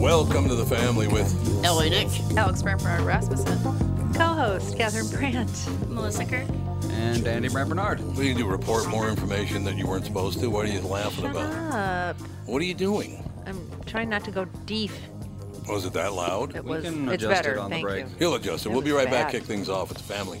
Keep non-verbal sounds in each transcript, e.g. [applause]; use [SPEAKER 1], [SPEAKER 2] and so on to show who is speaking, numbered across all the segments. [SPEAKER 1] Welcome to the family with
[SPEAKER 2] Ellie Nick.
[SPEAKER 3] Alex Bramper Rasmussen.
[SPEAKER 4] Co-host Catherine Brandt.
[SPEAKER 5] Melissa Kirk.
[SPEAKER 6] And Andy Brand Bernard.
[SPEAKER 1] What do you do? Report more information that you weren't supposed to? What are you laughing about?
[SPEAKER 4] Up.
[SPEAKER 1] What are you doing?
[SPEAKER 4] I'm trying not to go deep.
[SPEAKER 1] Was it that loud?
[SPEAKER 4] It
[SPEAKER 6] We
[SPEAKER 4] was.
[SPEAKER 6] can
[SPEAKER 4] it's
[SPEAKER 6] adjust it
[SPEAKER 4] better.
[SPEAKER 6] on the
[SPEAKER 4] thank
[SPEAKER 6] break.
[SPEAKER 4] you.
[SPEAKER 1] He'll adjust it.
[SPEAKER 4] It
[SPEAKER 1] We'll be
[SPEAKER 4] was
[SPEAKER 1] right back.
[SPEAKER 4] bad.
[SPEAKER 1] Kick things off. It's family.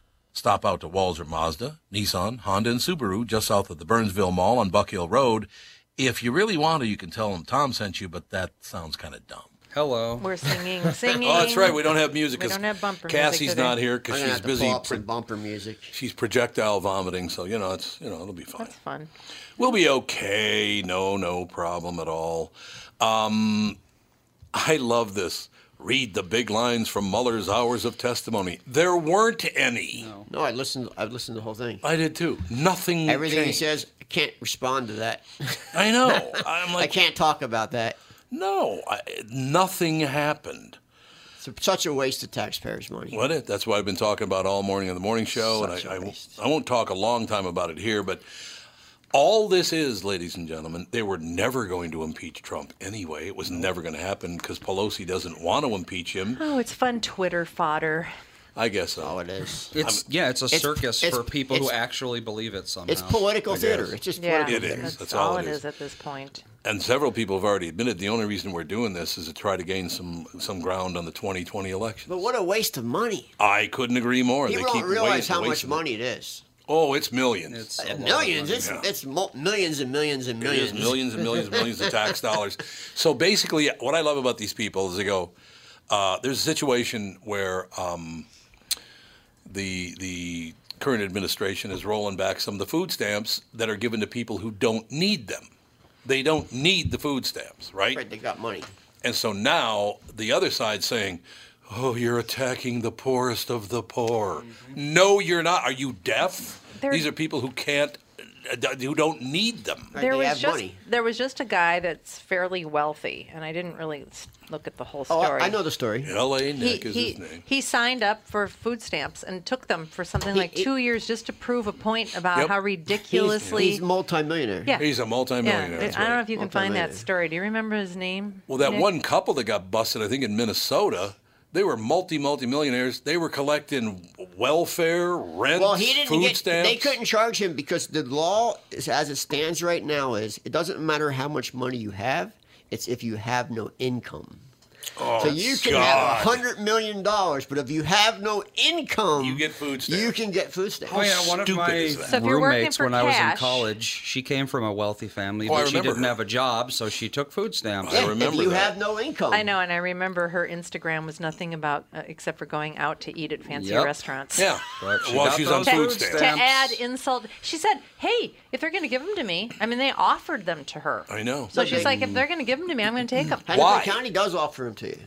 [SPEAKER 1] Stop out to Walzer Mazda, Nissan, Honda, and Subaru just south of the Burnsville Mall on Buck Hill Road. If you really want to, you can tell them Tom sent you, but that sounds kind of dumb.
[SPEAKER 6] Hello.
[SPEAKER 4] We're singing,
[SPEAKER 1] [laughs]
[SPEAKER 4] singing.
[SPEAKER 1] Oh, that's right. We don't have music.
[SPEAKER 4] We
[SPEAKER 1] 'cause
[SPEAKER 4] don't have bumper music
[SPEAKER 1] Cassie's
[SPEAKER 4] today.
[SPEAKER 1] not here because
[SPEAKER 2] I'm gonna
[SPEAKER 1] she's
[SPEAKER 2] have to pull
[SPEAKER 1] busy.
[SPEAKER 2] up some bumper music.
[SPEAKER 1] She's projectile vomiting, so you know it's you know it'll be fine.
[SPEAKER 4] That's fun.
[SPEAKER 1] We'll be okay. No, no problem at all. Um, I love this. Read the big lines from Muller's hours of testimony. There weren't any.
[SPEAKER 2] No, I listened. I listened to the whole thing.
[SPEAKER 1] I did too. Nothing.
[SPEAKER 2] Everything he
[SPEAKER 1] changed.
[SPEAKER 2] says, I can't respond to that.
[SPEAKER 1] I
[SPEAKER 2] [laughs]
[SPEAKER 1] know. I'm
[SPEAKER 2] I
[SPEAKER 1] like,
[SPEAKER 2] can't talk about that.
[SPEAKER 1] no, I, nothing happened.
[SPEAKER 2] It's such a waste of taxpayers' money.
[SPEAKER 1] What it? That's what I've been talking about all morning on the morning show,
[SPEAKER 2] Such
[SPEAKER 1] and
[SPEAKER 2] a
[SPEAKER 1] I, I, won't-
[SPEAKER 2] waste.
[SPEAKER 1] I won't talk a long time about it here. But all this is, ladies and gentlemen, they were never going to impeach Trump anyway. It was never going to happen because Pelosi doesn't want to impeach him.
[SPEAKER 4] Oh, it's fun Twitter fodder.
[SPEAKER 1] I guess so.
[SPEAKER 2] Oh, it is.
[SPEAKER 6] It's yeah, it's a
[SPEAKER 2] It's-
[SPEAKER 6] circus
[SPEAKER 2] it's-
[SPEAKER 6] for people who
[SPEAKER 2] it's-
[SPEAKER 6] actually believe it somehow.
[SPEAKER 2] It's political theater. It's just
[SPEAKER 4] Yeah,
[SPEAKER 2] political
[SPEAKER 1] It
[SPEAKER 2] theater.
[SPEAKER 1] is.
[SPEAKER 4] That's
[SPEAKER 1] That's all it
[SPEAKER 4] it
[SPEAKER 1] is.
[SPEAKER 4] is at this point.
[SPEAKER 1] And several people have already admitted the only reason we're doing this is to try to gain some some ground on the 2020 election.
[SPEAKER 2] But what a waste of money.
[SPEAKER 1] I couldn't agree more.
[SPEAKER 2] People
[SPEAKER 1] they keep
[SPEAKER 2] don't realize
[SPEAKER 1] wasting-
[SPEAKER 2] how much
[SPEAKER 1] wasting it.
[SPEAKER 2] money it is.
[SPEAKER 1] Oh, it's millions.
[SPEAKER 6] It's a lot of
[SPEAKER 2] Millions.
[SPEAKER 6] money.
[SPEAKER 2] It's, it's mul- millions and millions and
[SPEAKER 1] It is
[SPEAKER 2] millions.
[SPEAKER 1] millions and millions and millions of tax [laughs] dollars. So basically, what I love about these people is they go, uh, there's a situation where um, the the current administration is rolling back some of the food stamps that are given to people who don't need them. They don't need the food stamps, right?
[SPEAKER 2] Right, they got money.
[SPEAKER 1] And so now the other side's saying, "Oh, you're attacking the poorest of the poor." No, you're not. Are you deaf?
[SPEAKER 4] They're-
[SPEAKER 1] These are people who can't, uh, who don't need them.
[SPEAKER 2] Right,
[SPEAKER 4] there
[SPEAKER 2] they
[SPEAKER 4] was
[SPEAKER 2] have
[SPEAKER 4] just
[SPEAKER 2] money.
[SPEAKER 4] there was just a guy that's fairly wealthy, and I didn't really s- look at the whole
[SPEAKER 2] Oh,
[SPEAKER 4] story.
[SPEAKER 2] I, I know the story.
[SPEAKER 1] L.A.
[SPEAKER 4] He,
[SPEAKER 1] Nick is
[SPEAKER 4] he,
[SPEAKER 1] his name.
[SPEAKER 4] he signed up for food stamps and took them for something
[SPEAKER 2] He-
[SPEAKER 4] like
[SPEAKER 2] he-
[SPEAKER 4] two years just to prove a point about
[SPEAKER 1] Yep.
[SPEAKER 4] how
[SPEAKER 1] He's-
[SPEAKER 4] ridiculously.
[SPEAKER 2] He's multimillionaire.
[SPEAKER 4] yeah,
[SPEAKER 1] He's a
[SPEAKER 4] yeah.
[SPEAKER 1] multimillionaire. that's
[SPEAKER 4] I don't know
[SPEAKER 1] right.
[SPEAKER 4] if you can find
[SPEAKER 2] Multimillionaire.
[SPEAKER 4] that story. Do you remember his name?
[SPEAKER 1] Well, that
[SPEAKER 4] Nick?
[SPEAKER 1] one couple that got busted, I think, in Minnesota, they were multi multi millionaires. They were collecting welfare, rent,
[SPEAKER 2] Well, he didn't
[SPEAKER 1] food
[SPEAKER 2] get.
[SPEAKER 1] stamps.
[SPEAKER 2] They couldn't charge him because the law, is, as it stands right now, is it doesn't matter how much money you have. It's if you have no income.
[SPEAKER 1] Oh,
[SPEAKER 2] so you can have have hundred million dollars, but if you have no income,
[SPEAKER 1] You get food stamps.
[SPEAKER 2] You can get food stamps.
[SPEAKER 6] Oh yeah, one of
[SPEAKER 1] stupid
[SPEAKER 6] my
[SPEAKER 1] is that?
[SPEAKER 4] So if you're working
[SPEAKER 6] roommates
[SPEAKER 4] for
[SPEAKER 6] when I was in
[SPEAKER 4] cash-
[SPEAKER 6] college, she came from a wealthy family,
[SPEAKER 1] Oh, I
[SPEAKER 6] but she
[SPEAKER 1] remember
[SPEAKER 6] didn't
[SPEAKER 1] her.
[SPEAKER 6] have a job, so she took food stamps.
[SPEAKER 1] I
[SPEAKER 2] Yeah, if
[SPEAKER 1] remember
[SPEAKER 2] you
[SPEAKER 1] that.
[SPEAKER 2] have no income,
[SPEAKER 4] I know, and I remember her Instagram was nothing about uh, except for going out to eat at fancy
[SPEAKER 6] Yep.
[SPEAKER 4] restaurants.
[SPEAKER 1] Yeah.
[SPEAKER 6] But she
[SPEAKER 1] While
[SPEAKER 6] got
[SPEAKER 1] she's on
[SPEAKER 4] [laughs]
[SPEAKER 6] those
[SPEAKER 4] To,
[SPEAKER 1] food
[SPEAKER 6] food
[SPEAKER 1] stamps.
[SPEAKER 4] to
[SPEAKER 6] stamps.
[SPEAKER 4] add insult, she said, "Hey, if they're going to give them to me, I mean, they offered them to her.
[SPEAKER 1] I know. Mm-hmm.
[SPEAKER 4] So she's like, if they're going to give them to me, I'm going to take them.
[SPEAKER 2] Hennepin
[SPEAKER 1] Why?
[SPEAKER 2] County does offer them to you.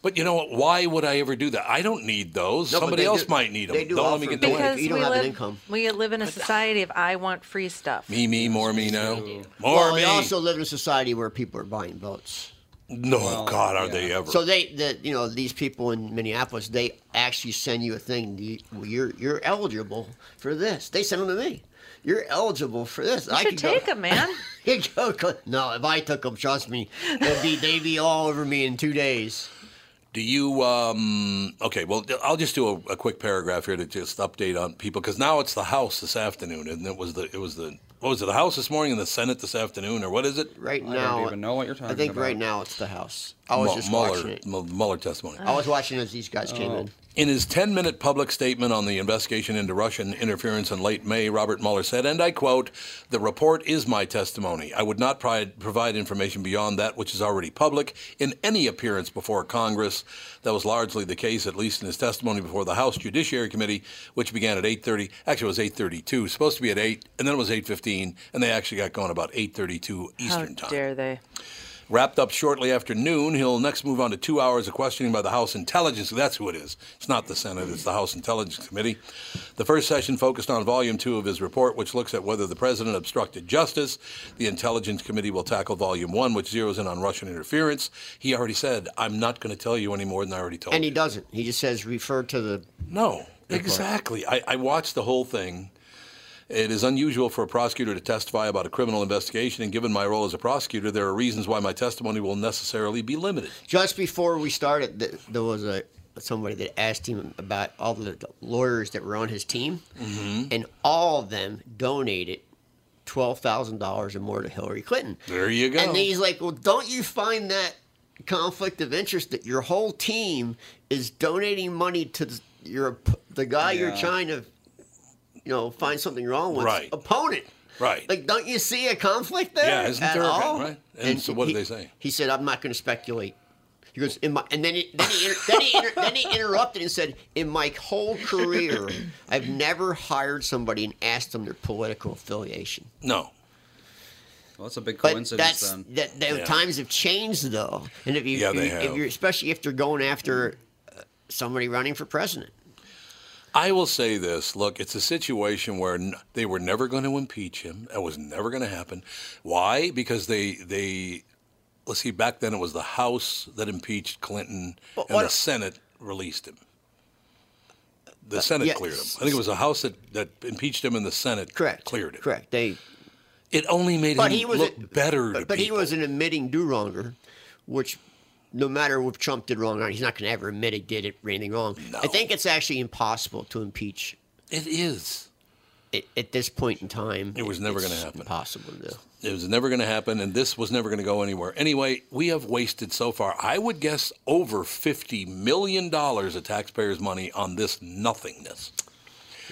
[SPEAKER 1] But you know what? Why would I ever do that? I don't need those.
[SPEAKER 2] No, but
[SPEAKER 1] Somebody
[SPEAKER 2] they
[SPEAKER 1] else
[SPEAKER 2] do-
[SPEAKER 1] might need them.
[SPEAKER 2] they do
[SPEAKER 1] not let me
[SPEAKER 2] offer
[SPEAKER 1] get the
[SPEAKER 2] them.
[SPEAKER 1] money.
[SPEAKER 4] Because
[SPEAKER 2] If you don't
[SPEAKER 4] we
[SPEAKER 2] have an
[SPEAKER 4] live,
[SPEAKER 2] income.
[SPEAKER 4] we live in a society of I want free stuff.
[SPEAKER 1] Me, me, more me now. More
[SPEAKER 2] well,
[SPEAKER 1] me.
[SPEAKER 2] they also live in a society where people are buying votes.
[SPEAKER 1] no, God, are
[SPEAKER 6] yeah.
[SPEAKER 1] they ever?
[SPEAKER 2] So they, the, you know, these people in Minneapolis, they actually send you a thing. You, well, you're you're eligible for this. They send them to me. You're eligible for this.
[SPEAKER 4] You
[SPEAKER 2] I
[SPEAKER 4] should
[SPEAKER 2] could go-
[SPEAKER 4] take
[SPEAKER 2] [laughs]
[SPEAKER 4] them, man.
[SPEAKER 2] You go- go- no, if I took them, trust me, they'd be they'd be all over me in two days.
[SPEAKER 1] Do you? Um, okay, well, I'll just do a, a quick paragraph here to just update on people because now it's the House this afternoon, and it was the it was the what was it the House this morning and the Senate this afternoon, or what is it?
[SPEAKER 2] Right
[SPEAKER 6] I
[SPEAKER 2] now,
[SPEAKER 6] don't even know what you're talking
[SPEAKER 2] I think
[SPEAKER 6] about.
[SPEAKER 2] right now it's the house. I was
[SPEAKER 1] Mu-
[SPEAKER 2] just watching
[SPEAKER 1] Mueller,
[SPEAKER 2] it.
[SPEAKER 1] Mu- Mueller testimony.
[SPEAKER 2] I was watching as these guys
[SPEAKER 6] Oh.
[SPEAKER 2] came in.
[SPEAKER 1] In his 10 minute public statement on the investigation into Russian interference in late May, Robert Mueller said, and I quote, The report is my testimony. I would not pri- provide information beyond that which is already public in any appearance before Congress. That was largely the case, at least in his testimony before the House Judiciary Committee, which began at 8.30. Actually, it was 8.32, supposed to be at 8, and then it was 8.15, and they actually got going about 8.32
[SPEAKER 4] How
[SPEAKER 1] [laughs] Eastern Time.
[SPEAKER 4] dare they?
[SPEAKER 1] Wrapped up shortly after noon, he'll next move on to two hours of questioning by the House Intelligence. That's who it is. It's not the Senate, it's the House Intelligence Committee. The first session focused on Volume 2 of his report, which looks at whether the president obstructed justice. The Intelligence Committee will tackle Volume 1, which zeroes in on Russian interference. He already said, I'm not going to tell you any more than I already told
[SPEAKER 2] And he
[SPEAKER 1] you.
[SPEAKER 2] doesn't. He just says refer to the.
[SPEAKER 1] No, exactly. I, I watched the whole thing. It is unusual for a prosecutor to testify about a criminal investigation, and given my role as a prosecutor, there are reasons why my testimony will necessarily be limited.
[SPEAKER 2] Just before we started, th- there was a somebody that asked him about all the lawyers that were on his team,
[SPEAKER 1] Mm-hmm.
[SPEAKER 2] and all of them donated twelve thousand dollars or more to Hillary Clinton.
[SPEAKER 1] There you go.
[SPEAKER 2] And he's like, "Well, don't you find that conflict of interest that your whole team is donating money to th- your op- the guy you're
[SPEAKER 6] Yeah.
[SPEAKER 2] trying to, you know, find something wrong with
[SPEAKER 1] Right.
[SPEAKER 2] opponent?"
[SPEAKER 1] Right.
[SPEAKER 2] Like, don't you see a conflict there?
[SPEAKER 1] Yeah, isn't
[SPEAKER 2] at
[SPEAKER 1] there a con-
[SPEAKER 2] all?
[SPEAKER 1] right? And so what
[SPEAKER 2] he,
[SPEAKER 1] did they say?
[SPEAKER 2] He said, "I'm not going to speculate." He goes, "In my," and then he, then he, inter- then, he inter- [laughs] then he interrupted and said, "In my whole career, I've never hired somebody and asked them their political affiliation."
[SPEAKER 1] No.
[SPEAKER 6] Well, that's a big
[SPEAKER 2] But
[SPEAKER 6] coincidence
[SPEAKER 2] that's
[SPEAKER 6] then.
[SPEAKER 2] that. The
[SPEAKER 1] Yeah.
[SPEAKER 2] times have changed, though, and if you,
[SPEAKER 1] Yeah,
[SPEAKER 2] if
[SPEAKER 1] they
[SPEAKER 2] you- if
[SPEAKER 1] have.
[SPEAKER 2] you're, especially if they're going after uh, somebody running for president,
[SPEAKER 1] I will say this. Look, it's a situation where n- they were never going to impeach him. It was never going to happen. Why? Because they they let's see. Back then, it was the House that impeached Clinton,
[SPEAKER 2] But
[SPEAKER 1] and
[SPEAKER 2] what-
[SPEAKER 1] the Senate released him. The Senate
[SPEAKER 2] yeah,
[SPEAKER 1] cleared him.
[SPEAKER 2] s-
[SPEAKER 1] I think it was the House that, that impeached him, and the Senate
[SPEAKER 2] correct?
[SPEAKER 1] cleared him.
[SPEAKER 2] Correct. They,
[SPEAKER 1] It only made
[SPEAKER 2] but
[SPEAKER 1] him
[SPEAKER 2] he was
[SPEAKER 1] look
[SPEAKER 2] a-
[SPEAKER 1] better. to
[SPEAKER 2] But, but he
[SPEAKER 1] people.
[SPEAKER 2] was an admitting do wronger, which. No matter if Trump did wrong or not, he's not going to ever admit he did it, anything wrong. I
[SPEAKER 1] No.
[SPEAKER 2] think it's actually impossible to impeach
[SPEAKER 1] It is.
[SPEAKER 2] at, at this point in time.
[SPEAKER 1] It was never
[SPEAKER 2] it's
[SPEAKER 1] gonna happen.
[SPEAKER 2] Impossible to do.
[SPEAKER 1] It was never going to happen, and this was never going to go anywhere. Anyway, we have wasted so far, I would guess, over $50 million of taxpayers' money on this nothingness.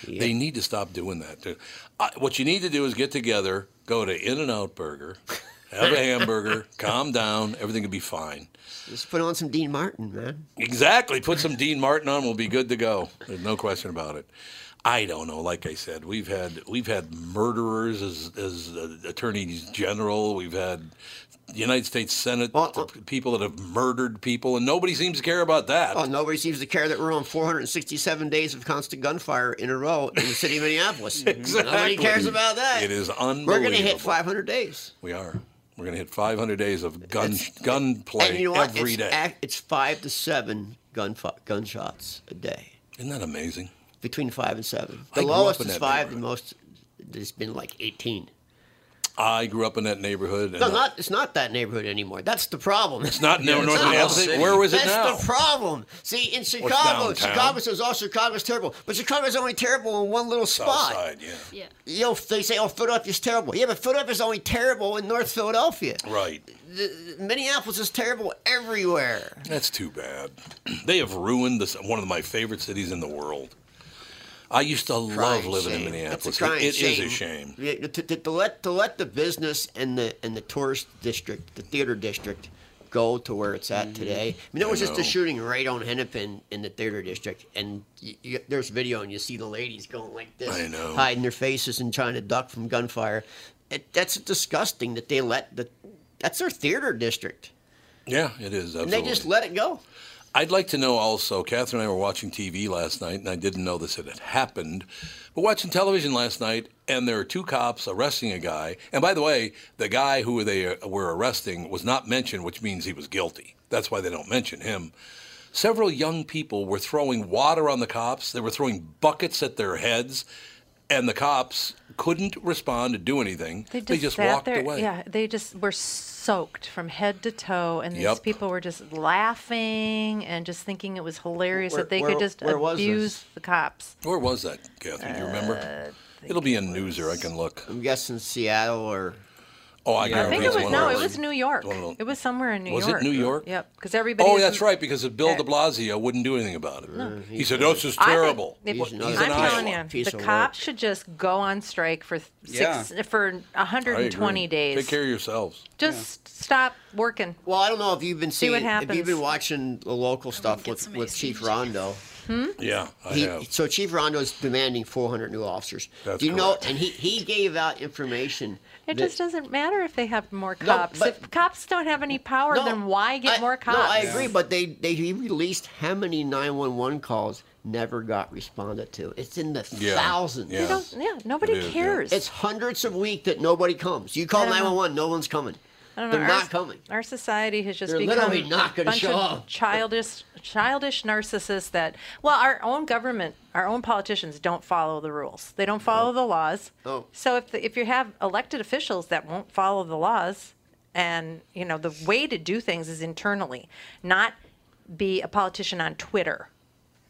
[SPEAKER 1] They need to stop doing that. Too. I, what you need to do is get together, go to In N Out Burger, have a hamburger, calm down, everything will be fine.
[SPEAKER 2] Just put on some Dean Martin, man.
[SPEAKER 1] Exactly. Put some Dean Martin on, we'll be good to go. There's no question about it. I don't know. Like I said, we've had we've had murderers as as uh, attorneys general. We've had United States Senate
[SPEAKER 2] Well,
[SPEAKER 1] the
[SPEAKER 2] uh,
[SPEAKER 1] people that have murdered people, and nobody seems to care about that.
[SPEAKER 2] Oh, nobody seems to care that we're on 467 days of constant gunfire in a row in the city of
[SPEAKER 1] [laughs]
[SPEAKER 2] Minneapolis. Nobody cares about that.
[SPEAKER 1] It is
[SPEAKER 2] We're going to
[SPEAKER 1] unbelievable.
[SPEAKER 2] hit 500 days.
[SPEAKER 1] we are. We're going to hit 500 days of gun gunplay
[SPEAKER 2] and you know what?
[SPEAKER 1] every
[SPEAKER 2] it's,
[SPEAKER 1] day.
[SPEAKER 2] ac- it's five to seven gunf- gunshots a day.
[SPEAKER 1] Isn't that amazing?
[SPEAKER 2] Between five and seven.
[SPEAKER 1] I
[SPEAKER 2] The
[SPEAKER 1] grew up
[SPEAKER 2] lowest
[SPEAKER 1] in
[SPEAKER 2] is
[SPEAKER 1] that
[SPEAKER 2] five. The
[SPEAKER 1] neighborhood.
[SPEAKER 2] most, there's been like 18.
[SPEAKER 1] I grew up in that neighborhood. And
[SPEAKER 2] No,
[SPEAKER 1] I-
[SPEAKER 2] not it's not that neighborhood anymore. That's the problem.
[SPEAKER 1] It's
[SPEAKER 2] [laughs]
[SPEAKER 1] not
[SPEAKER 6] Yeah,
[SPEAKER 1] no
[SPEAKER 6] it's
[SPEAKER 1] North
[SPEAKER 6] not
[SPEAKER 1] Minneapolis.
[SPEAKER 6] City.
[SPEAKER 1] Where was it
[SPEAKER 2] That's
[SPEAKER 1] now?
[SPEAKER 2] the problem. See, in Chicago,
[SPEAKER 1] downtown.
[SPEAKER 2] Chicago says, "Oh, Chicago's terrible," but Chicago's only terrible in one little spot.
[SPEAKER 1] Outside, yeah.
[SPEAKER 5] Yeah.
[SPEAKER 2] You know, they say, "Oh, Philadelphia's terrible." Yeah, but Philadelphia's only terrible in North Philadelphia.
[SPEAKER 1] Right.
[SPEAKER 2] The- Minneapolis is terrible everywhere.
[SPEAKER 1] That's too bad. [clears throat] They have ruined this, one of my favorite cities in the world. I used to love
[SPEAKER 2] Crying
[SPEAKER 1] living
[SPEAKER 2] shame.
[SPEAKER 1] in Minneapolis.
[SPEAKER 2] That's a crying
[SPEAKER 1] It- it is a shame.
[SPEAKER 2] Yeah, to, to- to let to let the business and the and the tourist district, the theater district, go to where it's at today. I mean, there was just
[SPEAKER 1] Mm-hmm. know.
[SPEAKER 2] a shooting right on Hennepin in the theater district, and you, you, there's video, and you see the ladies going like this,
[SPEAKER 1] I know.
[SPEAKER 2] hiding their faces and trying to duck from gunfire. It, that's disgusting that they let the that's their theater district,
[SPEAKER 1] Yeah, it is. Absolutely.
[SPEAKER 2] and they just let it go.
[SPEAKER 1] I'd like to know also, Catherine and I were watching TV last night, and I didn't know this had happened. But watching television last night, and there are two cops arresting a guy. And by the way, the guy who they uh, were arresting was not mentioned, which means he was guilty. That's why they don't mention him. Several young people were throwing water on the cops, they were throwing buckets at their heads, and the cops couldn't respond to do anything.
[SPEAKER 4] They just, sat
[SPEAKER 1] walked
[SPEAKER 4] there.
[SPEAKER 1] away.
[SPEAKER 4] Yeah, they just were soaked from head to toe, and these
[SPEAKER 1] Yep.
[SPEAKER 4] people were just laughing and just thinking it was hilarious
[SPEAKER 2] Where-
[SPEAKER 4] that they
[SPEAKER 2] where-
[SPEAKER 4] could just
[SPEAKER 2] where was
[SPEAKER 4] abuse
[SPEAKER 2] this?
[SPEAKER 4] the cops.
[SPEAKER 1] Where was that, Catherine? Do you
[SPEAKER 4] Uh,
[SPEAKER 1] remember? It'll be in Newser. I can look.
[SPEAKER 2] I'm guessing Seattle or
[SPEAKER 1] Oh, I,
[SPEAKER 6] Yeah,
[SPEAKER 4] I
[SPEAKER 1] guarantee
[SPEAKER 4] think
[SPEAKER 6] it's
[SPEAKER 4] it was
[SPEAKER 1] one of
[SPEAKER 4] no, it
[SPEAKER 1] those.
[SPEAKER 4] was New York.
[SPEAKER 1] one of those-
[SPEAKER 4] It was somewhere in New
[SPEAKER 1] Was it
[SPEAKER 4] York.
[SPEAKER 1] New York?
[SPEAKER 4] Yep, because everybody.
[SPEAKER 1] Oh,
[SPEAKER 4] is-
[SPEAKER 1] that's right, because of Bill
[SPEAKER 4] Yeah.
[SPEAKER 1] De Blasio wouldn't do anything about it. He said, "Oh, this is
[SPEAKER 4] I think
[SPEAKER 1] terrible."
[SPEAKER 4] they-
[SPEAKER 2] He's another
[SPEAKER 4] I'm telling
[SPEAKER 1] Iowa.
[SPEAKER 4] you,
[SPEAKER 2] Piece
[SPEAKER 4] the
[SPEAKER 2] of work.
[SPEAKER 4] cops should just go on strike for th- six for
[SPEAKER 1] I agree.
[SPEAKER 4] 120 days.
[SPEAKER 1] Take care of yourselves.
[SPEAKER 4] Just stop working.
[SPEAKER 2] Well, I don't know if you've been
[SPEAKER 4] See
[SPEAKER 2] seeing,
[SPEAKER 4] what
[SPEAKER 2] if you've
[SPEAKER 4] happens.
[SPEAKER 2] been watching the local stuff
[SPEAKER 5] get
[SPEAKER 2] with,
[SPEAKER 5] some
[SPEAKER 2] with
[SPEAKER 5] AC
[SPEAKER 2] Chief
[SPEAKER 5] cheese.
[SPEAKER 2] Rondo.
[SPEAKER 1] Yeah, I
[SPEAKER 2] He,
[SPEAKER 1] have.
[SPEAKER 2] so Chief Rondo is demanding 400 new officers.
[SPEAKER 1] That's
[SPEAKER 2] Do you know?
[SPEAKER 1] correct.
[SPEAKER 2] And he, he gave out information.
[SPEAKER 4] It
[SPEAKER 2] that-
[SPEAKER 4] just doesn't matter if they have more
[SPEAKER 2] No,
[SPEAKER 4] cops.
[SPEAKER 2] but-
[SPEAKER 4] if cops don't have any power,
[SPEAKER 2] No,
[SPEAKER 4] then why get
[SPEAKER 2] I-
[SPEAKER 4] more cops?
[SPEAKER 2] No, I agree, but they they he released how many 911 calls never got responded to. It's in the
[SPEAKER 1] Yeah,
[SPEAKER 2] thousands.
[SPEAKER 1] yeah.
[SPEAKER 4] They don't- yeah, nobody
[SPEAKER 1] It is, yeah.
[SPEAKER 4] cares.
[SPEAKER 2] It's hundreds a week that nobody comes. You
[SPEAKER 4] I
[SPEAKER 2] call
[SPEAKER 4] don't know.
[SPEAKER 2] 911, no one's coming.
[SPEAKER 4] I don't know,
[SPEAKER 2] They're
[SPEAKER 4] our-
[SPEAKER 2] not coming.
[SPEAKER 4] Our society has just
[SPEAKER 2] They're
[SPEAKER 4] become
[SPEAKER 2] literally not
[SPEAKER 4] a
[SPEAKER 2] gonna
[SPEAKER 4] bunch
[SPEAKER 2] show
[SPEAKER 4] of
[SPEAKER 2] up.
[SPEAKER 4] childish, childish narcissists. That well, our own government, our own politicians don't follow the rules. They don't follow the laws.
[SPEAKER 2] No.
[SPEAKER 4] So if the, if you have elected officials that won't follow the laws, and you know the way to do things is internally, not be a politician on Twitter.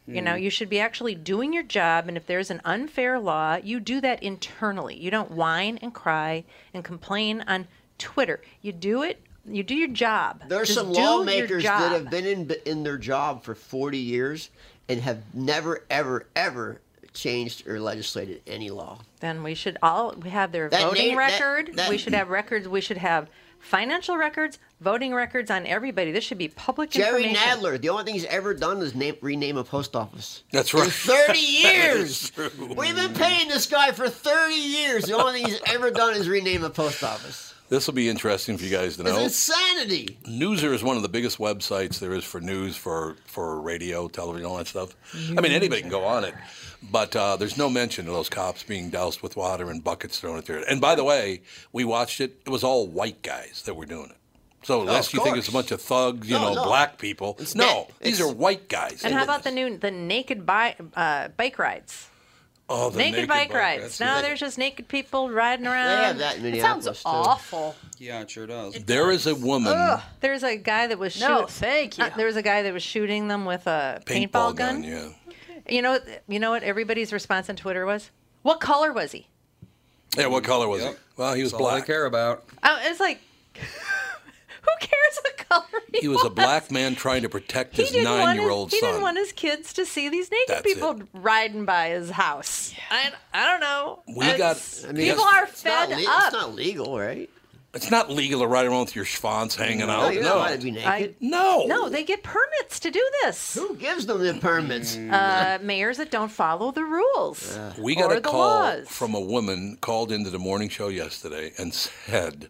[SPEAKER 4] You
[SPEAKER 2] Mm.
[SPEAKER 4] know, you should be actually doing your job, and if there's an unfair law, you do that internally. You don't whine and cry and complain on Twitter. You do it. You do your job.
[SPEAKER 2] There's
[SPEAKER 4] Just
[SPEAKER 2] some
[SPEAKER 4] do your
[SPEAKER 2] lawmakers that
[SPEAKER 4] job.
[SPEAKER 2] have been in in their job for 40 years and have never, ever, ever changed or legislated any law.
[SPEAKER 4] Then we should all have their
[SPEAKER 2] That
[SPEAKER 4] voting
[SPEAKER 2] na- that-
[SPEAKER 4] record.
[SPEAKER 2] that-
[SPEAKER 4] we should have records. We should have financial records, voting records on everybody. This should be public
[SPEAKER 2] Jerry
[SPEAKER 4] information.
[SPEAKER 2] Nadler, the only thing he's ever done is name, rename a post office.
[SPEAKER 1] That's right.
[SPEAKER 2] In 30
[SPEAKER 1] [laughs]
[SPEAKER 2] years! We've been paying this guy for 30 years. The only thing he's ever done is rename a post office.
[SPEAKER 1] This will be interesting for you guys to
[SPEAKER 2] It's
[SPEAKER 1] know.
[SPEAKER 2] insanity.
[SPEAKER 1] Newser is one of the biggest websites there is for news, for for radio, television, all that stuff. I mean, anybody can go on it, but uh, there's no mention of those cops being doused with water and buckets thrown at their. And by the way, we watched it. It was all white guys that were doing it. So unless you think it's a
[SPEAKER 2] course.
[SPEAKER 1] bunch of thugs, you
[SPEAKER 2] No,
[SPEAKER 1] know,
[SPEAKER 2] no.
[SPEAKER 1] black people, no,
[SPEAKER 2] that-
[SPEAKER 1] these are
[SPEAKER 2] it's-
[SPEAKER 1] white guys.
[SPEAKER 4] And how about the new the naked bi- uh, bike rides?
[SPEAKER 1] Oh, the
[SPEAKER 4] Naked, bike,
[SPEAKER 1] that's
[SPEAKER 4] rides. Now
[SPEAKER 1] right.
[SPEAKER 4] there's just naked people riding
[SPEAKER 2] They
[SPEAKER 4] around.
[SPEAKER 2] have that in
[SPEAKER 5] It
[SPEAKER 2] Minneapolis.
[SPEAKER 5] sounds
[SPEAKER 2] too.
[SPEAKER 5] awful.
[SPEAKER 6] Yeah, it sure does.
[SPEAKER 1] There is a woman.
[SPEAKER 4] There's a guy that was
[SPEAKER 5] No,
[SPEAKER 4] shoot-
[SPEAKER 5] thank you.
[SPEAKER 4] uh, there was a guy that was shooting them with a paintball, gun.
[SPEAKER 1] Yeah.
[SPEAKER 4] You know, you know what everybody's response on Twitter was? What color was he?
[SPEAKER 1] Yeah. What color was
[SPEAKER 6] Yep.
[SPEAKER 1] he? Well, he was
[SPEAKER 6] That's all I
[SPEAKER 1] black.
[SPEAKER 6] care about.
[SPEAKER 4] I was like, [laughs] who cares what color he,
[SPEAKER 1] He was a black man trying to protect
[SPEAKER 4] He
[SPEAKER 1] his
[SPEAKER 4] didn't want his-
[SPEAKER 1] nine-year-old
[SPEAKER 4] He
[SPEAKER 1] son.
[SPEAKER 4] didn't want his kids to see these naked
[SPEAKER 1] That's
[SPEAKER 4] people
[SPEAKER 1] it.
[SPEAKER 4] riding by his house. I, I don't know.
[SPEAKER 1] We got-
[SPEAKER 4] It's-
[SPEAKER 1] I mean,
[SPEAKER 4] people
[SPEAKER 1] that's-
[SPEAKER 4] are
[SPEAKER 2] It's not,
[SPEAKER 4] fed
[SPEAKER 2] le-
[SPEAKER 4] up.
[SPEAKER 2] it's not legal, right?
[SPEAKER 1] it's not legal to ride around with your schwanz hanging
[SPEAKER 2] No,
[SPEAKER 1] out.
[SPEAKER 2] you're not allowed to be
[SPEAKER 1] No.
[SPEAKER 2] naked.
[SPEAKER 4] I-
[SPEAKER 1] No.
[SPEAKER 4] no, they get permits to do this.
[SPEAKER 2] Who gives them the permits?
[SPEAKER 4] Uh, mayors that don't follow the rules.
[SPEAKER 1] We got
[SPEAKER 4] or
[SPEAKER 1] a
[SPEAKER 4] the
[SPEAKER 1] call
[SPEAKER 4] laws.
[SPEAKER 1] from a woman called into the morning show yesterday and said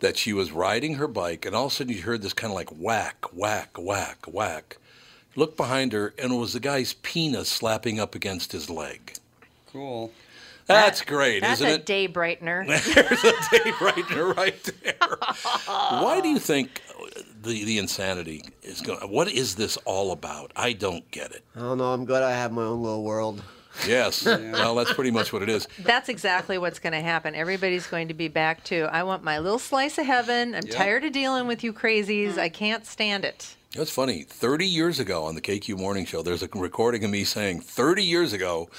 [SPEAKER 1] that she was riding her bike and all of a sudden you heard this kind of like whack, whack, whack, whack. Looked behind her and it was the guy's penis slapping up against his leg.
[SPEAKER 6] Cool.
[SPEAKER 1] That's great,
[SPEAKER 4] That's
[SPEAKER 1] isn't [laughs]
[SPEAKER 4] a
[SPEAKER 1] it?
[SPEAKER 4] day brightener.
[SPEAKER 1] There's a day brightener right there. Why do you think the the insanity is going? What is this all about? I don't get it.
[SPEAKER 2] I don't know. I'm glad I have my own little world.
[SPEAKER 1] Yes. Well, that's pretty much what it is.
[SPEAKER 4] That's exactly what's going to happen. Everybody's going to be back to, I want my little slice of heaven. I'm
[SPEAKER 6] Yeah.
[SPEAKER 4] tired of dealing with you crazies. I can't stand it.
[SPEAKER 1] That's funny. 30 years ago on the KQ Morning Show, there's a recording of me saying, 30 years ago,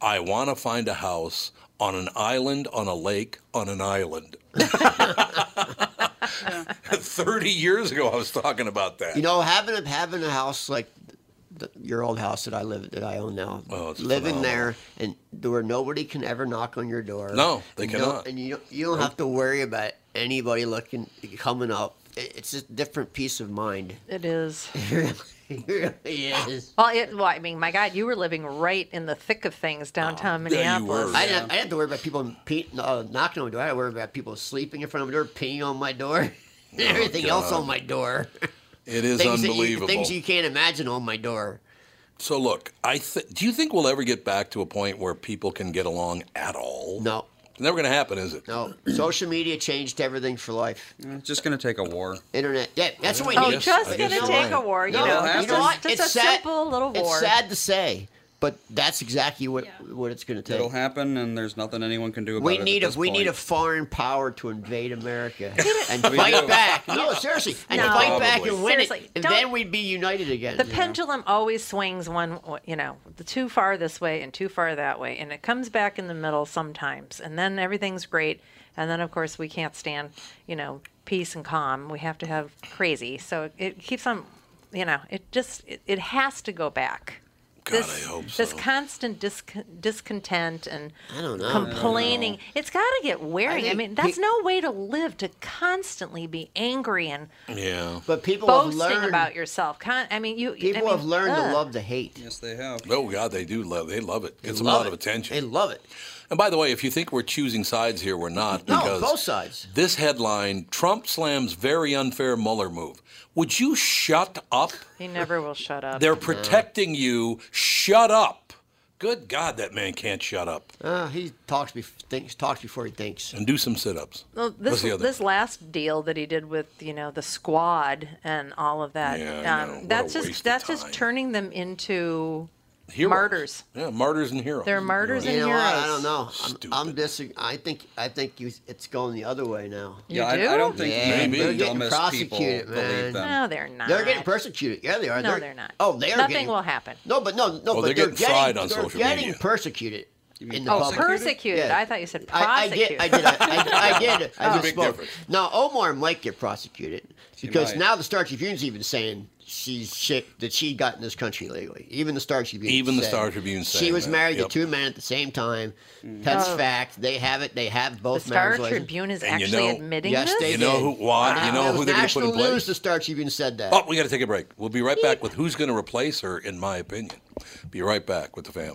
[SPEAKER 1] I want to find a house on an island, on a lake, on an island. [laughs] 30 years ago, I was talking about that.
[SPEAKER 2] You know, having a having a house like the, your old house that I live that I own now,
[SPEAKER 1] Oh, it's
[SPEAKER 2] living
[SPEAKER 1] phenomenal.
[SPEAKER 2] there and where nobody can ever knock on your door.
[SPEAKER 1] No, they
[SPEAKER 2] and no-
[SPEAKER 1] cannot.
[SPEAKER 2] and you don't- you don't have to worry about anybody looking coming up. It- It's just different peace of mind. [laughs]
[SPEAKER 4] It is.
[SPEAKER 2] yes.
[SPEAKER 4] Well, it, well, I mean, my God, you were living right in the thick of things downtown
[SPEAKER 1] Oh, yeah, you
[SPEAKER 4] Minneapolis.
[SPEAKER 1] were.
[SPEAKER 2] I didn't, have, I didn't have to worry about people pe- uh, knocking on my door. I had to worry about people sleeping in front of my door, peeing on my door, [laughs]
[SPEAKER 1] Oh,
[SPEAKER 2] everything else on my door.
[SPEAKER 1] It is
[SPEAKER 2] things, that you,
[SPEAKER 1] unbelievable.
[SPEAKER 2] things you can't imagine on my door.
[SPEAKER 1] So, look, I th- do you think we'll ever get back to a point where people can get along at all?
[SPEAKER 2] No,
[SPEAKER 1] It's never going to happen, is it?
[SPEAKER 2] no. Social media changed everything for life.
[SPEAKER 6] It's just going to take a war.
[SPEAKER 2] Internet. Yeah, that's what we
[SPEAKER 4] Oh,
[SPEAKER 2] need.
[SPEAKER 1] Yes, I guess
[SPEAKER 4] just going to
[SPEAKER 1] you're
[SPEAKER 4] take a
[SPEAKER 1] right.
[SPEAKER 4] war, you
[SPEAKER 2] No,
[SPEAKER 4] know.
[SPEAKER 6] you know
[SPEAKER 4] just
[SPEAKER 2] what?
[SPEAKER 4] just
[SPEAKER 2] It's
[SPEAKER 4] a
[SPEAKER 2] sad-
[SPEAKER 4] simple little war.
[SPEAKER 2] It's sad to say, but that's exactly what what it's going to
[SPEAKER 6] It'll
[SPEAKER 2] take.
[SPEAKER 6] happen, and there's nothing anyone can do about
[SPEAKER 2] We
[SPEAKER 6] it. at
[SPEAKER 2] need a
[SPEAKER 6] this
[SPEAKER 2] we need a
[SPEAKER 6] point.
[SPEAKER 2] foreign power to invade
[SPEAKER 4] [laughs]
[SPEAKER 2] America and
[SPEAKER 6] We
[SPEAKER 2] fight
[SPEAKER 6] do.
[SPEAKER 2] back. No, seriously, and
[SPEAKER 4] No.
[SPEAKER 2] fight back
[SPEAKER 1] Probably.
[SPEAKER 2] and win
[SPEAKER 4] Seriously,
[SPEAKER 2] it, and
[SPEAKER 4] don't-
[SPEAKER 2] then we'd be united again.
[SPEAKER 4] The pendulum always swings one, w- you know, the too far this way and too far that way, and it comes back in the middle sometimes, and then everything's great, and then of course we can't stand, you know, peace and calm. We have to have crazy, so it keeps on, you know, it just it, it has to go back.
[SPEAKER 1] God, I hope
[SPEAKER 4] This
[SPEAKER 1] so.
[SPEAKER 4] constant disc- discontent and
[SPEAKER 2] I don't know.
[SPEAKER 4] complaining, it's got to get wearing. I,
[SPEAKER 2] think
[SPEAKER 4] mean, that's
[SPEAKER 2] pe-
[SPEAKER 4] no way to live to constantly be angry and
[SPEAKER 1] yeah.
[SPEAKER 2] But people have
[SPEAKER 4] boasting
[SPEAKER 2] learned.
[SPEAKER 4] about yourself. Con- I mean, you I
[SPEAKER 2] people
[SPEAKER 4] mean,
[SPEAKER 2] have learned to
[SPEAKER 4] ugh.
[SPEAKER 2] love to hate.
[SPEAKER 6] Yes, they have.
[SPEAKER 1] Oh God, they do love. They love it. Gets them a
[SPEAKER 2] Love
[SPEAKER 1] lot of
[SPEAKER 2] it.
[SPEAKER 1] attention.
[SPEAKER 2] They love it.
[SPEAKER 1] And by the way, if you think we're choosing sides here, we're not.
[SPEAKER 2] No,
[SPEAKER 1] because
[SPEAKER 2] both sides.
[SPEAKER 1] This headline Trump slams very unfair Mueller move. Would you shut up?
[SPEAKER 4] He never will shut up.
[SPEAKER 1] They're protecting you. Shut up. Good God, that man can't shut up.
[SPEAKER 2] Uh, he talks, be- thinks, talks before he thinks.
[SPEAKER 1] And do some sit ups.
[SPEAKER 4] Well, this
[SPEAKER 1] What's the other?
[SPEAKER 4] this last deal that he did with you know the squad and all of that. um,
[SPEAKER 1] Yeah, I know. What a
[SPEAKER 4] that's
[SPEAKER 1] waste of
[SPEAKER 4] just that's just
[SPEAKER 1] time.
[SPEAKER 4] turning them into
[SPEAKER 1] Heroes.
[SPEAKER 4] martyrs.
[SPEAKER 1] Yeah, martyrs and heroes.
[SPEAKER 4] They're martyrs
[SPEAKER 1] Heroes.
[SPEAKER 4] and-
[SPEAKER 2] You know what? I
[SPEAKER 4] Heroes.
[SPEAKER 2] don't know.
[SPEAKER 1] Stupid.
[SPEAKER 2] I'm, I'm dissing. I think I think you, it's going the other way now.
[SPEAKER 4] You
[SPEAKER 6] yeah, I, I
[SPEAKER 4] do?
[SPEAKER 6] don't think
[SPEAKER 2] Yeah,
[SPEAKER 6] even
[SPEAKER 1] they're
[SPEAKER 6] the
[SPEAKER 1] getting
[SPEAKER 6] dumbest people
[SPEAKER 2] prosecuted, man.
[SPEAKER 6] believe them.
[SPEAKER 1] Um,
[SPEAKER 4] No, they're not.
[SPEAKER 2] They're getting persecuted. Yeah, they are.
[SPEAKER 4] No, they're not.
[SPEAKER 2] Oh, they are.
[SPEAKER 4] Nothing
[SPEAKER 2] getting-
[SPEAKER 4] will happen.
[SPEAKER 2] No, but no, no.
[SPEAKER 1] Well,
[SPEAKER 2] but
[SPEAKER 1] they're
[SPEAKER 2] they're
[SPEAKER 1] getting
[SPEAKER 2] getting
[SPEAKER 1] fried on
[SPEAKER 2] they're
[SPEAKER 1] social
[SPEAKER 2] getting
[SPEAKER 1] media.
[SPEAKER 2] persecuted in the
[SPEAKER 4] Oh,
[SPEAKER 2] public.
[SPEAKER 4] persecuted.
[SPEAKER 2] Yeah.
[SPEAKER 4] I thought you said
[SPEAKER 2] I, I
[SPEAKER 4] prosecuted.
[SPEAKER 2] did. I did. I, I, I did. I
[SPEAKER 1] a big
[SPEAKER 2] misspoke.
[SPEAKER 1] difference.
[SPEAKER 2] Now Omar might get prosecuted because
[SPEAKER 6] might.
[SPEAKER 2] now the Star Tribune's even saying she's shit that she got in this country legally. Even the Star Tribune.
[SPEAKER 1] Even the
[SPEAKER 2] said
[SPEAKER 1] Star Tribune's
[SPEAKER 2] She
[SPEAKER 1] saying
[SPEAKER 2] was
[SPEAKER 1] that.
[SPEAKER 2] married
[SPEAKER 1] Yep.
[SPEAKER 2] to two men at the same time. That's fact. They have it. They
[SPEAKER 4] Mm.
[SPEAKER 2] have
[SPEAKER 4] Oh. the
[SPEAKER 2] both.
[SPEAKER 4] Star
[SPEAKER 2] marriage license.
[SPEAKER 4] Tribune is
[SPEAKER 1] And you
[SPEAKER 4] actually
[SPEAKER 1] know-
[SPEAKER 4] admitting
[SPEAKER 2] Yes,
[SPEAKER 4] this.
[SPEAKER 2] they
[SPEAKER 1] You know
[SPEAKER 2] did.
[SPEAKER 1] who- why- you
[SPEAKER 2] Wow.
[SPEAKER 1] know
[SPEAKER 2] It was
[SPEAKER 1] who they put in
[SPEAKER 2] national
[SPEAKER 1] place?
[SPEAKER 2] News, the Star Tribune said that.
[SPEAKER 1] Oh, we got to take a break. We'll be right back with who's going to replace her, in my opinion. Be right back with the fam.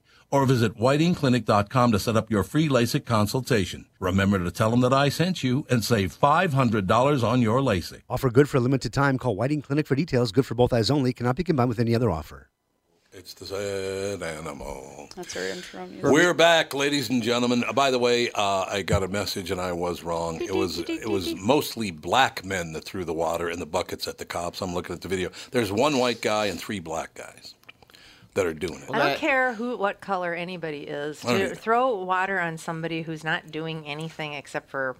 [SPEAKER 1] or visit whitingclinic.com to set up your free LASIK consultation. Remember to tell them that I sent you and save $500 on your LASIK.
[SPEAKER 7] Offer good for a limited time. Call Whiting Clinic for details. Good for both eyes only. Cannot be combined with any other offer.
[SPEAKER 1] It's the sad animal.
[SPEAKER 3] That's our intro music.
[SPEAKER 1] We're back, ladies and gentlemen. Uh, by the way, uh, I got a message and I was wrong. It was it was mostly black men that threw the water in the buckets at the cops. I'm looking at the video. There's one white guy and three black guys that are doing it.
[SPEAKER 4] I don't
[SPEAKER 2] that-
[SPEAKER 4] care who, what color anybody is.
[SPEAKER 1] I don't
[SPEAKER 4] To
[SPEAKER 1] either.
[SPEAKER 4] throw water on somebody who's not doing anything except for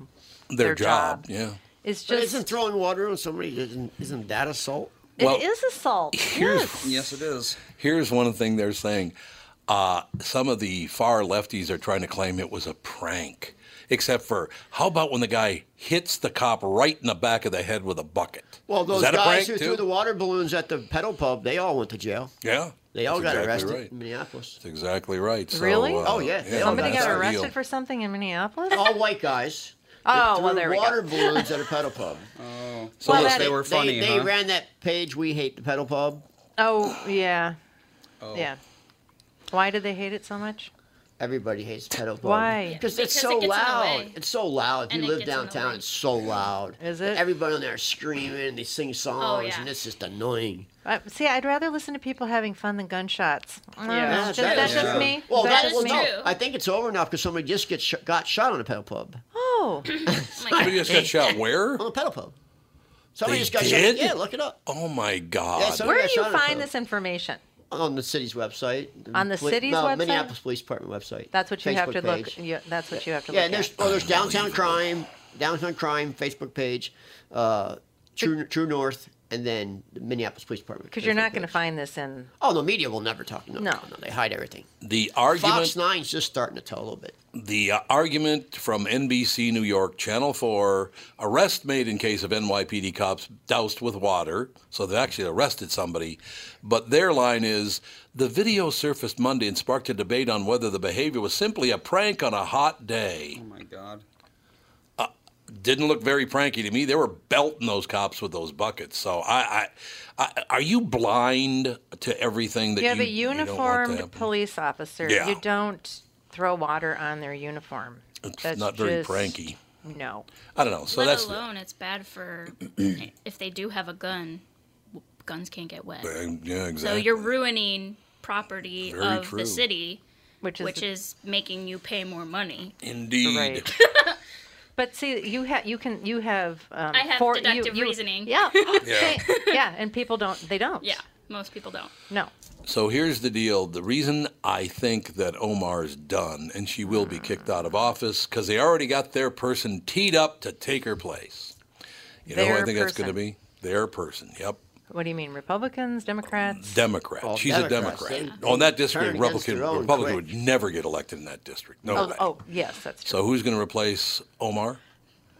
[SPEAKER 1] Their,
[SPEAKER 4] their
[SPEAKER 1] job,
[SPEAKER 4] job.
[SPEAKER 1] yeah.
[SPEAKER 4] is
[SPEAKER 2] But
[SPEAKER 4] just
[SPEAKER 2] isn't throwing water on somebody isn't, isn't that assault?
[SPEAKER 1] Well,
[SPEAKER 4] it is assault.
[SPEAKER 1] [laughs] here's-
[SPEAKER 4] Yes.
[SPEAKER 6] Yes, it is.
[SPEAKER 1] Here's one thing they're saying. Uh, some of the far lefties are trying to claim it was a prank, except for how about when the guy hits the cop right in the back of the head with a bucket?
[SPEAKER 2] Well,
[SPEAKER 1] Is
[SPEAKER 2] those
[SPEAKER 1] that a
[SPEAKER 2] guys
[SPEAKER 1] prank,
[SPEAKER 2] who
[SPEAKER 1] too?
[SPEAKER 2] threw the water balloons at the pedal pub, they all went to jail.
[SPEAKER 1] Yeah.
[SPEAKER 2] They all
[SPEAKER 1] That's
[SPEAKER 2] got
[SPEAKER 1] exactly
[SPEAKER 2] arrested
[SPEAKER 1] right.
[SPEAKER 2] in Minneapolis.
[SPEAKER 1] That's exactly right. So,
[SPEAKER 4] Really?
[SPEAKER 1] uh,
[SPEAKER 2] Oh, yeah. They all
[SPEAKER 4] Somebody
[SPEAKER 1] that's
[SPEAKER 4] got
[SPEAKER 1] the
[SPEAKER 4] arrested
[SPEAKER 1] deal.
[SPEAKER 4] for something in Minneapolis?
[SPEAKER 2] All white [laughs] guys.
[SPEAKER 4] Oh,
[SPEAKER 2] threw
[SPEAKER 4] well, there we go.
[SPEAKER 2] water balloons at a pedal [laughs] pub.
[SPEAKER 1] So
[SPEAKER 4] Well,
[SPEAKER 1] let's-
[SPEAKER 4] that-
[SPEAKER 6] They were funny,
[SPEAKER 2] They, they
[SPEAKER 6] huh?
[SPEAKER 2] ran that page. We hate the pedal pub.
[SPEAKER 4] Oh, yeah.
[SPEAKER 2] Oh.
[SPEAKER 4] Yeah. Why do they hate it so much?
[SPEAKER 2] Everybody hates pedal pub.
[SPEAKER 4] Why? Yeah,
[SPEAKER 2] Because
[SPEAKER 8] because
[SPEAKER 2] it's
[SPEAKER 8] it
[SPEAKER 2] so
[SPEAKER 8] gets in the
[SPEAKER 2] loud.
[SPEAKER 8] way.
[SPEAKER 2] It's so loud. If
[SPEAKER 8] And
[SPEAKER 2] you
[SPEAKER 8] it
[SPEAKER 2] live
[SPEAKER 8] gets in the
[SPEAKER 2] downtown,
[SPEAKER 8] way.
[SPEAKER 2] it's so loud.
[SPEAKER 4] Is it?
[SPEAKER 2] Everybody on there screaming and they sing songs
[SPEAKER 8] Oh, yeah.
[SPEAKER 2] and it's just annoying.
[SPEAKER 4] Uh, see, I'd rather listen to people having fun than gunshots. Yeah.
[SPEAKER 3] Yeah,
[SPEAKER 4] just,
[SPEAKER 2] that
[SPEAKER 4] that's
[SPEAKER 2] is
[SPEAKER 4] just
[SPEAKER 2] true.
[SPEAKER 4] me.
[SPEAKER 2] Well,
[SPEAKER 4] that's
[SPEAKER 2] that
[SPEAKER 8] is
[SPEAKER 2] well,
[SPEAKER 4] me.
[SPEAKER 8] true.
[SPEAKER 2] no, I think it's over now because somebody just gets sh- got shot on a pedal pub.
[SPEAKER 4] Oh,
[SPEAKER 1] Somebody just got
[SPEAKER 4] [laughs]
[SPEAKER 1] shot where?
[SPEAKER 2] On a pedal pub. Somebody
[SPEAKER 1] They
[SPEAKER 2] just got
[SPEAKER 1] did?
[SPEAKER 2] shot. Yeah, look it up.
[SPEAKER 1] Oh my
[SPEAKER 2] Yeah,
[SPEAKER 1] God!
[SPEAKER 2] somebody
[SPEAKER 4] where
[SPEAKER 2] got
[SPEAKER 4] do
[SPEAKER 2] shot
[SPEAKER 4] you
[SPEAKER 2] on a
[SPEAKER 4] find
[SPEAKER 2] pedal-
[SPEAKER 4] this information?
[SPEAKER 2] On the city's website.
[SPEAKER 4] On the city's
[SPEAKER 2] no,
[SPEAKER 4] website?
[SPEAKER 2] Minneapolis Police Department website.
[SPEAKER 4] That's what you have to
[SPEAKER 2] Facebook
[SPEAKER 4] look.
[SPEAKER 2] page.
[SPEAKER 4] Yeah, that's what you have to
[SPEAKER 2] Yeah,
[SPEAKER 4] look
[SPEAKER 2] and there's
[SPEAKER 4] at.
[SPEAKER 2] well, there's downtown crime, downtown crime Facebook page, uh, True True North, and then the Minneapolis Police Department.
[SPEAKER 4] Because you're not
[SPEAKER 2] Facebook
[SPEAKER 4] going to
[SPEAKER 2] page.
[SPEAKER 4] find this in.
[SPEAKER 2] Oh no, media will never talk. No,
[SPEAKER 4] No.
[SPEAKER 2] no, no, they hide everything.
[SPEAKER 1] The argument.
[SPEAKER 2] Fox Nine's just starting to tell a little bit.
[SPEAKER 1] The uh, argument from NBC New York, Channel 4, arrest made in case of NYPD cops doused with water. So they actually arrested somebody. But their line is the video surfaced Monday and sparked a debate on whether the behavior was simply a prank on a hot day.
[SPEAKER 6] Oh my God.
[SPEAKER 1] Didn't look very pranky to me. They were belting those cops with those buckets. So I, I, I are you blind to everything that
[SPEAKER 4] You have a
[SPEAKER 1] you don't want to
[SPEAKER 4] uniformed
[SPEAKER 1] happen?
[SPEAKER 4] police officer.
[SPEAKER 1] Yeah.
[SPEAKER 4] You don't throw water on their uniform.
[SPEAKER 1] It's
[SPEAKER 4] That's
[SPEAKER 1] not very
[SPEAKER 4] just-
[SPEAKER 1] pranky.
[SPEAKER 4] No.
[SPEAKER 1] I don't know. So
[SPEAKER 8] Let
[SPEAKER 1] that's
[SPEAKER 8] alone, it's
[SPEAKER 1] [clears throat]
[SPEAKER 8] bad for if they do have a gun. w- Guns can't get wet.
[SPEAKER 1] yeah, exactly.
[SPEAKER 8] So you're ruining property
[SPEAKER 1] Very
[SPEAKER 8] of
[SPEAKER 1] true.
[SPEAKER 8] the city,
[SPEAKER 4] Which is,
[SPEAKER 8] [laughs] which is making you pay more money.
[SPEAKER 1] Indeed.
[SPEAKER 4] Right. [laughs] But see, you have you can you have. Um,
[SPEAKER 8] I have
[SPEAKER 4] four- you-
[SPEAKER 8] deductive
[SPEAKER 4] you-
[SPEAKER 8] reasoning. [laughs]
[SPEAKER 4] Yeah.
[SPEAKER 1] Yeah.
[SPEAKER 4] See, yeah, and people don't. They don't.
[SPEAKER 8] Yeah, most people don't.
[SPEAKER 4] No.
[SPEAKER 1] [laughs] So here's the deal. The reason I think that Omar's done and she will be kicked out of office because they already got their person teed up to take her place. You know who I
[SPEAKER 4] Their
[SPEAKER 1] think that's going to
[SPEAKER 4] person.
[SPEAKER 1] be? Their person. Yep.
[SPEAKER 4] What do you mean, Republicans, Democrats?
[SPEAKER 1] Democrat.
[SPEAKER 2] Oh,
[SPEAKER 1] She's
[SPEAKER 2] Democrats.
[SPEAKER 1] a Democrat.
[SPEAKER 2] They-
[SPEAKER 1] On that
[SPEAKER 2] they
[SPEAKER 1] district,
[SPEAKER 2] turn against
[SPEAKER 1] Republican,
[SPEAKER 2] their own
[SPEAKER 1] Republican
[SPEAKER 2] quick.
[SPEAKER 1] would never get elected in that district. No
[SPEAKER 4] oh,
[SPEAKER 1] way.
[SPEAKER 4] oh, yes, that's true.
[SPEAKER 1] So who's going to replace Omar?